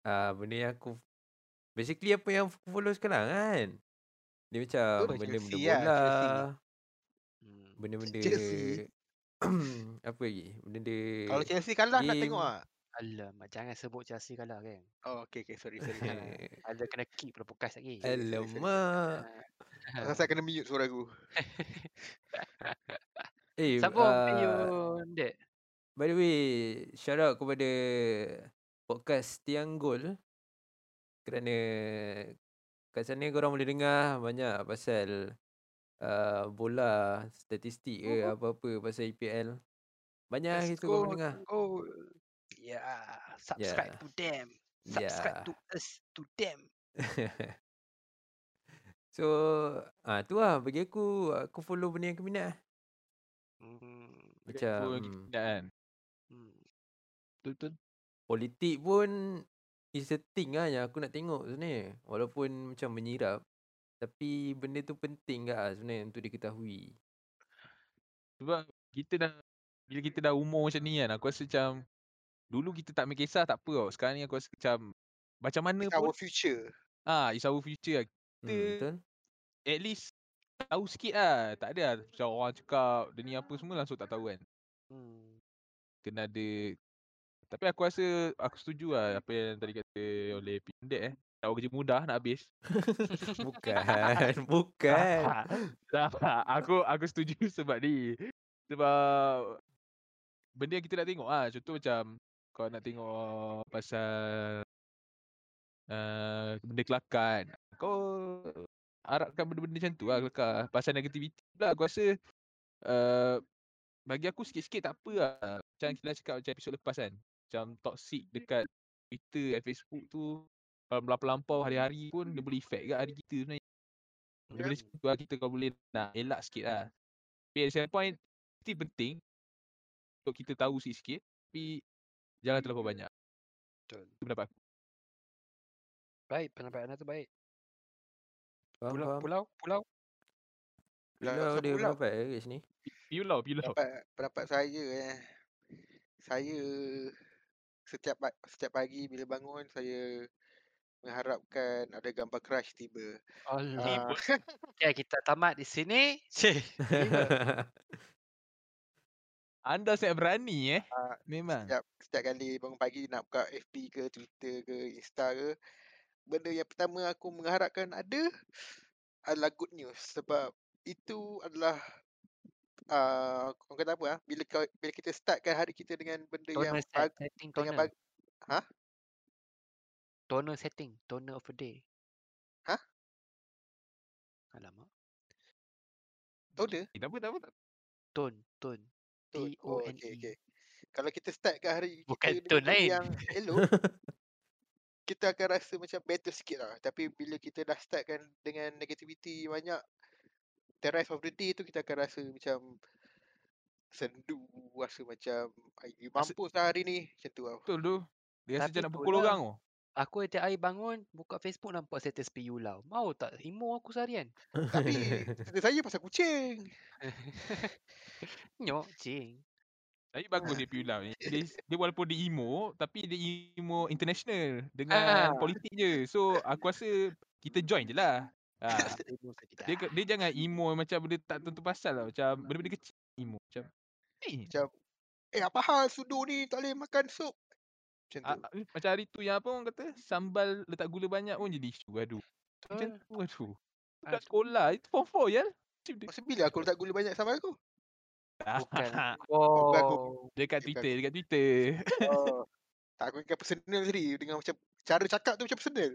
Speaker 2: Ah, benda yang aku basically apa yang aku follow sekarang kan. Dia macam
Speaker 4: Betul,
Speaker 2: benda-benda
Speaker 4: Chelsea
Speaker 2: bola,
Speaker 4: lah, Chelsea.
Speaker 3: Hmm.
Speaker 2: benda-benda
Speaker 4: Chelsea.
Speaker 2: *clears throat* apa lagi? Benda
Speaker 4: Kalau Chelsea kalah nak tengok
Speaker 2: Game.
Speaker 4: ah.
Speaker 3: Alamak, jangan sebut Chelsea kalah
Speaker 2: *laughs*
Speaker 3: kan.
Speaker 4: Oh, okay, okay. Sorry, sorry.
Speaker 3: *laughs*
Speaker 4: sorry.
Speaker 2: Eh,
Speaker 3: Ada kena kick pada podcast lagi.
Speaker 4: sorry, sorry.
Speaker 3: *laughs*
Speaker 2: Alamak.
Speaker 4: Asal saya kena mute suara aku.
Speaker 2: Eh,
Speaker 3: Sambung
Speaker 2: ah,
Speaker 3: Piyun Dek
Speaker 2: by the way, shout out kepada podcast Tiang Gol kerana kat sana korang boleh dengar banyak pasal uh, bola, statistik ke apa-apa pasal EPL.
Speaker 4: Ya,
Speaker 2: Banyak
Speaker 3: Mm-hmm. Let's
Speaker 2: itu korang
Speaker 3: go.
Speaker 2: boleh dengar.
Speaker 3: Oh Yeah Subscribe
Speaker 2: Yeah.
Speaker 3: to them
Speaker 4: Ya.
Speaker 3: Subscribe
Speaker 2: Yeah.
Speaker 3: to us To them
Speaker 2: So ah tu lah bagi aku aku follow benda yang aku minat lah.
Speaker 3: hmm.
Speaker 2: Macam
Speaker 1: Pun kita nak kan.
Speaker 3: hmm.
Speaker 1: Betul betul.
Speaker 2: politik pun is a thing lah yang aku nak tengok sebenarnya. Walaupun macam menyirap tapi benda tu penting ke lah sebenarnya untuk diketahui.
Speaker 1: Sebab kita dah bila kita dah umur macam ni kan, aku rasa macam dulu kita tak main kisah tak apa tau. Sekarang ni aku rasa macam macam mana
Speaker 4: It's
Speaker 1: pun
Speaker 4: our future.
Speaker 1: ah it's our future lah.
Speaker 2: Hmm,
Speaker 1: Kita-
Speaker 2: betul?
Speaker 1: At least tahu sikit lah. Tak ada lah macam orang cakap dia ni apa semua langsung tak tahu kan.
Speaker 3: Hmm.
Speaker 1: Kena ada tapi aku rasa aku setuju lah apa yang tadi kata oleh Pindek eh. Tahu kerja mudah nak habis.
Speaker 2: Bukan, *laughs* bukan.
Speaker 1: *laughs* Tak, aku aku setuju *laughs* sebab ni. Sebab benda yang kita nak tengok ah, contoh macam kau nak tengok pasal uh, benda kelakar kan. Kau harapkan benda-benda macam tu lah kelakar. Pasal negativiti pula aku rasa uh, bagi aku sikit-sikit tak apa lah. Macam kita dah cakap macam episod lepas kan. Macam toxic dekat Twitter dan Facebook tu. Kalau melampau-lampau hari-hari pun dia boleh effect kat hari kita sebenarnya. Dia
Speaker 3: Kan?
Speaker 1: boleh situ lah kita kau boleh nak elak sikit lah. Tapi at the same point, itu penting untuk kita tahu sikit-sikit. Tapi jangan terlalu banyak.
Speaker 3: Betul.
Speaker 1: Itu pendapat aku.
Speaker 3: Baik pendapat anda tu baik
Speaker 2: Faham,
Speaker 3: Pulau
Speaker 2: faham.
Speaker 3: Pulau Pulau
Speaker 2: Pulau
Speaker 4: Pasal
Speaker 2: dia
Speaker 4: pulau.
Speaker 2: berapa eh kat sini?
Speaker 1: Piulau, piulau.
Speaker 4: Pendapat, pendapat saya eh. Saya setiap pa- setiap pagi bila bangun saya mengharapkan ada gambar crush tiba.
Speaker 3: Allah
Speaker 4: *laughs* Ah,
Speaker 3: Okay kita tamat di sini Cih
Speaker 1: *laughs* Anda sangat berani eh.
Speaker 4: ah,
Speaker 1: Memang.
Speaker 4: setiap setiap kali bangun pagi nak buka FB ke Twitter ke Insta ke benda yang pertama aku mengharapkan ada adalah good news sebab itu adalah uh, orang kata apa ah bila kau, bila kita startkan hari kita dengan benda yang
Speaker 3: Toner set
Speaker 4: bag,
Speaker 3: Setting
Speaker 4: dengan
Speaker 3: toner
Speaker 4: bag, Ha?
Speaker 3: Toner setting Toner of the day
Speaker 4: Ha?
Speaker 3: Alamak
Speaker 4: toner
Speaker 1: Eh, tak apa, tak apa. tak apa.
Speaker 3: Tone, tone.
Speaker 4: Tone. Oh,
Speaker 3: T-O-N-E.
Speaker 4: okay, okay. Kalau kita start kat hari
Speaker 3: Bukan
Speaker 4: kita
Speaker 3: tone lain.
Speaker 4: yang elok, kita akan rasa macam better sikit lah. Tapi bila kita dah startkan dengan negativity banyak, the rest of the day tu kita akan rasa macam sendu, rasa macam "Ai,
Speaker 1: Rasa-
Speaker 4: mampus lah hari ni. Macam tu lah.
Speaker 1: Betul tu. Dia rasa
Speaker 3: Tapi
Speaker 1: macam nak
Speaker 3: tu
Speaker 1: pukul
Speaker 3: lah.
Speaker 1: orang tu.
Speaker 3: Aku tiap hari bangun, buka Facebook nampak status PU Lau. Mau tak emo aku
Speaker 1: *laughs*
Speaker 3: seharian? *laughs*
Speaker 4: Tapi cerita saya pasal kucing.
Speaker 3: Nyok, cing.
Speaker 1: Tapi bagus
Speaker 4: Ah.
Speaker 1: dia
Speaker 3: *laughs*
Speaker 1: piulau ni. Dia, dia walaupun dia emo, tapi dia emo international
Speaker 3: Ah.
Speaker 1: dengan politik je. So aku rasa kita join je lah. Ha,
Speaker 3: *laughs* Emo sedap.
Speaker 1: dia, ke- dia jangan emo macam benda tak tentu pasal lah. Macam benda-benda kecil emo. Macam, eh,
Speaker 4: Macam, eh apa hal sudu ni tak boleh makan sup. Macam tu.
Speaker 1: a- a- ah, macam hari tu yang apa orang kata, sambal letak gula banyak pun jadi isu. Aduh. Macam tu, aduh. Budak
Speaker 3: Aduh.
Speaker 1: sekolah, itu form 4 ya. Macam dia.
Speaker 4: Masa bila aku letak gula banyak sama aku?
Speaker 3: Bukan.
Speaker 1: *laughs*
Speaker 4: Bukan aku.
Speaker 3: Wow. *laughs*
Speaker 1: dekat
Speaker 4: Bukan.
Speaker 1: Twitter, dekat Twitter.
Speaker 4: Oh. Tak aku ingat personal sendiri dengan macam cara cakap tu macam personal.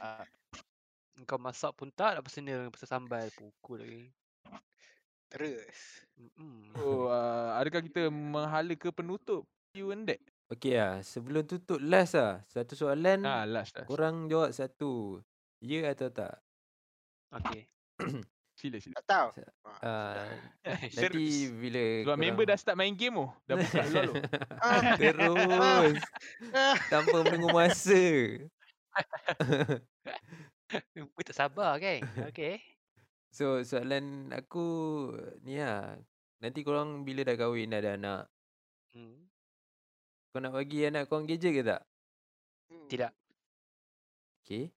Speaker 1: Ah,
Speaker 3: Kau masak pun tak, apa sendiri pasal sambal pukul lagi.
Speaker 4: Terus.
Speaker 3: Mm-mm.
Speaker 1: So, ah, adakah kita menghala ke penutup? You and that.
Speaker 2: Okey lah, sebelum tutup last lah. Satu
Speaker 3: Hmm.
Speaker 2: soalan,
Speaker 1: Ah, last last.
Speaker 2: korang jawab satu. Ya atau tak?
Speaker 3: Okay.
Speaker 1: Sila sila.
Speaker 4: Tak tahu.
Speaker 2: Sa-
Speaker 4: Ah,
Speaker 2: Ah, nanti
Speaker 1: *laughs* Terus.
Speaker 2: bila
Speaker 1: Sebab member dah start main game tu. Dah buka
Speaker 2: *laughs*
Speaker 1: lalu.
Speaker 4: Ah.
Speaker 2: Terus
Speaker 4: Ah.
Speaker 2: Tanpa menunggu masa
Speaker 3: Kau tak sabar kan? Okay.
Speaker 2: *laughs* So soalan aku Ni lah Nanti korang bila dah kahwin dah ada anak
Speaker 3: Hmm.
Speaker 2: Kau nak bagi anak korang kerja ke tak?
Speaker 4: Hmm.
Speaker 3: Tidak.
Speaker 2: Okay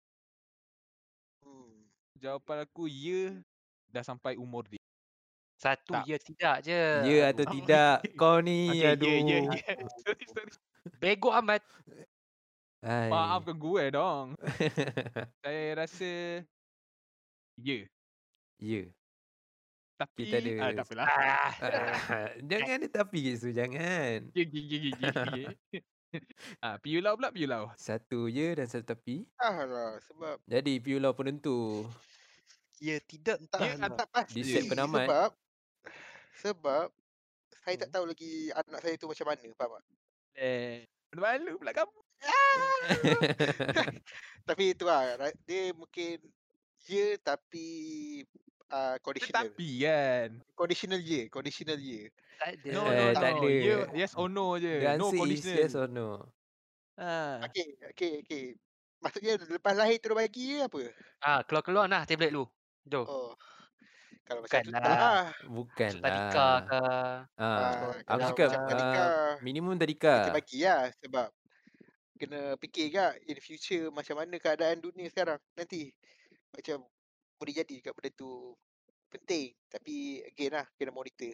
Speaker 4: Hmm.
Speaker 1: Jawapan aku ya dah sampai umur dia.
Speaker 3: Satu
Speaker 1: Tak.
Speaker 3: ya tidak je.
Speaker 2: Ya atau
Speaker 3: Aduh.
Speaker 2: tidak Kau ni
Speaker 1: Okay,
Speaker 2: aduh
Speaker 1: ya ya ya. *laughs* Sorry sorry.
Speaker 3: Begok amat.
Speaker 2: Hai.
Speaker 1: Maafkan gue eh, dong. Saya rasa ya.
Speaker 2: *laughs* Ya
Speaker 1: Tapi
Speaker 2: Kita ada-
Speaker 1: ah, tak apalah.
Speaker 3: Ah.
Speaker 2: Ah, *laughs* Jangan ada tapi ke so Jangan
Speaker 1: Ya ya ya ya, ya.
Speaker 2: *laughs*
Speaker 1: ya. Ah, piulau pula piulau.
Speaker 2: Satu ya dan satu tapi
Speaker 4: Ah lah sebab
Speaker 2: Jadi
Speaker 1: *laughs*
Speaker 2: piulah penentu
Speaker 3: Ya tidak
Speaker 4: tak
Speaker 1: Ya,
Speaker 3: entahlah.
Speaker 4: tak pasti
Speaker 2: Di set penamat.
Speaker 4: sebab sebab saya tak
Speaker 3: Hmm.
Speaker 4: tahu lagi anak saya tu macam mana faham tak?
Speaker 1: Eh, malu pula kamu. Eh,
Speaker 4: Tapi tu lah ra- dia mungkin ya tapi uh, conditional.
Speaker 1: Tetapi kan.
Speaker 4: Conditional ya, conditional ya.
Speaker 3: Tak ada.
Speaker 1: No
Speaker 2: Eh,
Speaker 1: no
Speaker 4: tak
Speaker 1: no.
Speaker 2: ada.
Speaker 1: Ya yes or no je.
Speaker 2: The
Speaker 1: No
Speaker 2: answer is yes
Speaker 1: conditional.
Speaker 2: or no
Speaker 1: Ah.
Speaker 4: Okey, okey, okey. Maksudnya lepas lahir terus bagi ke apa?
Speaker 3: Ah, keluar-keluar nah tablet lu. Jom.
Speaker 4: Oh. Kalau macam tu
Speaker 3: Bukanlah.
Speaker 4: tak lah.
Speaker 2: Bukan
Speaker 3: Masuk tadika
Speaker 2: lah
Speaker 3: ke.
Speaker 2: Ah,
Speaker 3: Sekolah
Speaker 4: Ah,
Speaker 2: Aku
Speaker 4: kalau
Speaker 2: cakap
Speaker 4: macam
Speaker 3: ah,
Speaker 4: tadika
Speaker 2: ah, Minimum
Speaker 4: kita
Speaker 2: tadika
Speaker 4: bagi lah sebab kena fikir juga in future macam mana keadaan dunia sekarang nanti macam boleh jadi juga benda tu penting tapi again lah kena monitor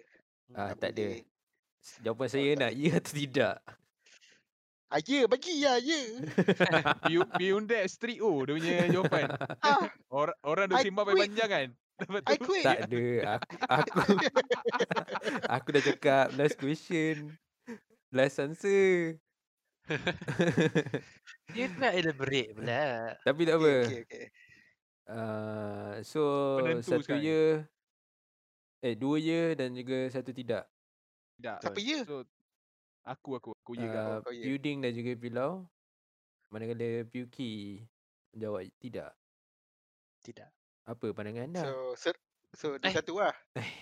Speaker 2: ah,
Speaker 4: tak
Speaker 2: Tak ada
Speaker 4: boleh
Speaker 2: S- Jawapan saya nak ya atau
Speaker 1: *laughs*
Speaker 2: tidak
Speaker 4: ah ya bagi lah ya
Speaker 1: Piu Piundek Street O dia punya jawapan.
Speaker 2: *laughs*
Speaker 4: ah
Speaker 1: Or, orang dah
Speaker 4: I
Speaker 1: sembang
Speaker 4: quit.
Speaker 1: panjang kan. *laughs* Lepas
Speaker 4: I
Speaker 1: tu
Speaker 4: quit
Speaker 2: Tak ada Aku Aku *laughs* Aku dah cakap Last question Last answer
Speaker 3: Dia nak elaborate pula.
Speaker 2: Tapi tak apa
Speaker 4: okay, okay, okay.
Speaker 2: Ah, So
Speaker 1: Penentu
Speaker 2: Satu
Speaker 1: sekarang.
Speaker 2: ya Eh dua ya Dan juga satu tidak
Speaker 1: tidak.
Speaker 4: siapa ya
Speaker 1: So aku aku aku ya kau.
Speaker 2: Ah,
Speaker 4: kau ya.
Speaker 2: Building dan juga pilau Manakala Puki Jawab tidak
Speaker 3: Tidak.
Speaker 2: Apa pandangan anda?
Speaker 4: so so, so dia
Speaker 3: Eh.
Speaker 4: satu lah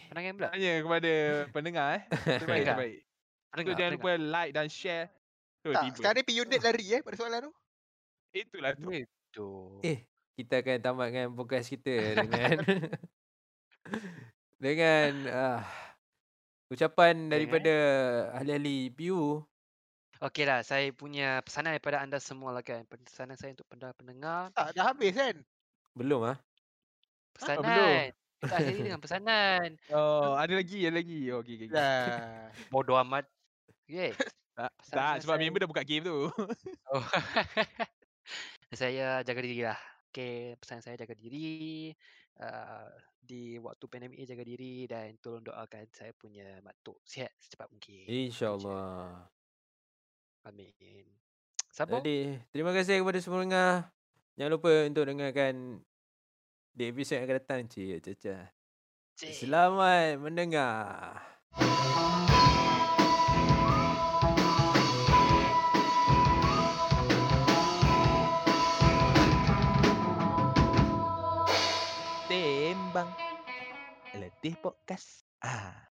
Speaker 3: Pandangan pula.
Speaker 1: Tanya *laughs* kepada pendengar eh. Terbaik
Speaker 3: Dengar.
Speaker 1: terbaik. So
Speaker 3: Pendengar,
Speaker 1: jangan
Speaker 3: pendengar.
Speaker 1: lupa like dan share. So
Speaker 4: tak
Speaker 1: tiba.
Speaker 4: sekarang ni P-Unit lari eh pada soalan tu
Speaker 1: Itulah tu.
Speaker 3: Itu.
Speaker 2: *laughs* Eh, kita akan tamatkan podcast kita *laughs* dengan dengan uh, ucapan daripada eh? ahli-ahli PU.
Speaker 3: Okey lah, saya punya pesanan daripada anda semua lah kan. Pesanan saya untuk pendengar-pendengar.
Speaker 4: tak dah habis
Speaker 2: *laughs*
Speaker 4: kan
Speaker 2: Belum ah.
Speaker 1: belum.
Speaker 3: Pesanan. Kita akhiri dengan pesanan.
Speaker 1: *laughs* Oh, ada lagi, ada lagi. Oh, okey okey. okey.
Speaker 4: dah
Speaker 3: Bodoh amat. Okay.
Speaker 1: Tak,
Speaker 3: pesan
Speaker 1: tak
Speaker 3: saya-
Speaker 1: sebab member dah buka game *laughs* tu.
Speaker 3: Oh. saya jaga diri lah. Okay, pesan saya jaga diri. Uh, di waktu pandemik ni jaga diri dan tolong doakan saya punya mak tok sihat secepat mungkin.
Speaker 2: Insya-Allah.
Speaker 3: Amin. Sabo?
Speaker 2: Jadi, terima kasih kepada semua pendengar. Jangan lupa untuk dengarkan di episod yang akan datang. Cik, caca.
Speaker 3: Cik.
Speaker 2: Selamat mendengar.
Speaker 1: Tembang. Letih podcast. Ah.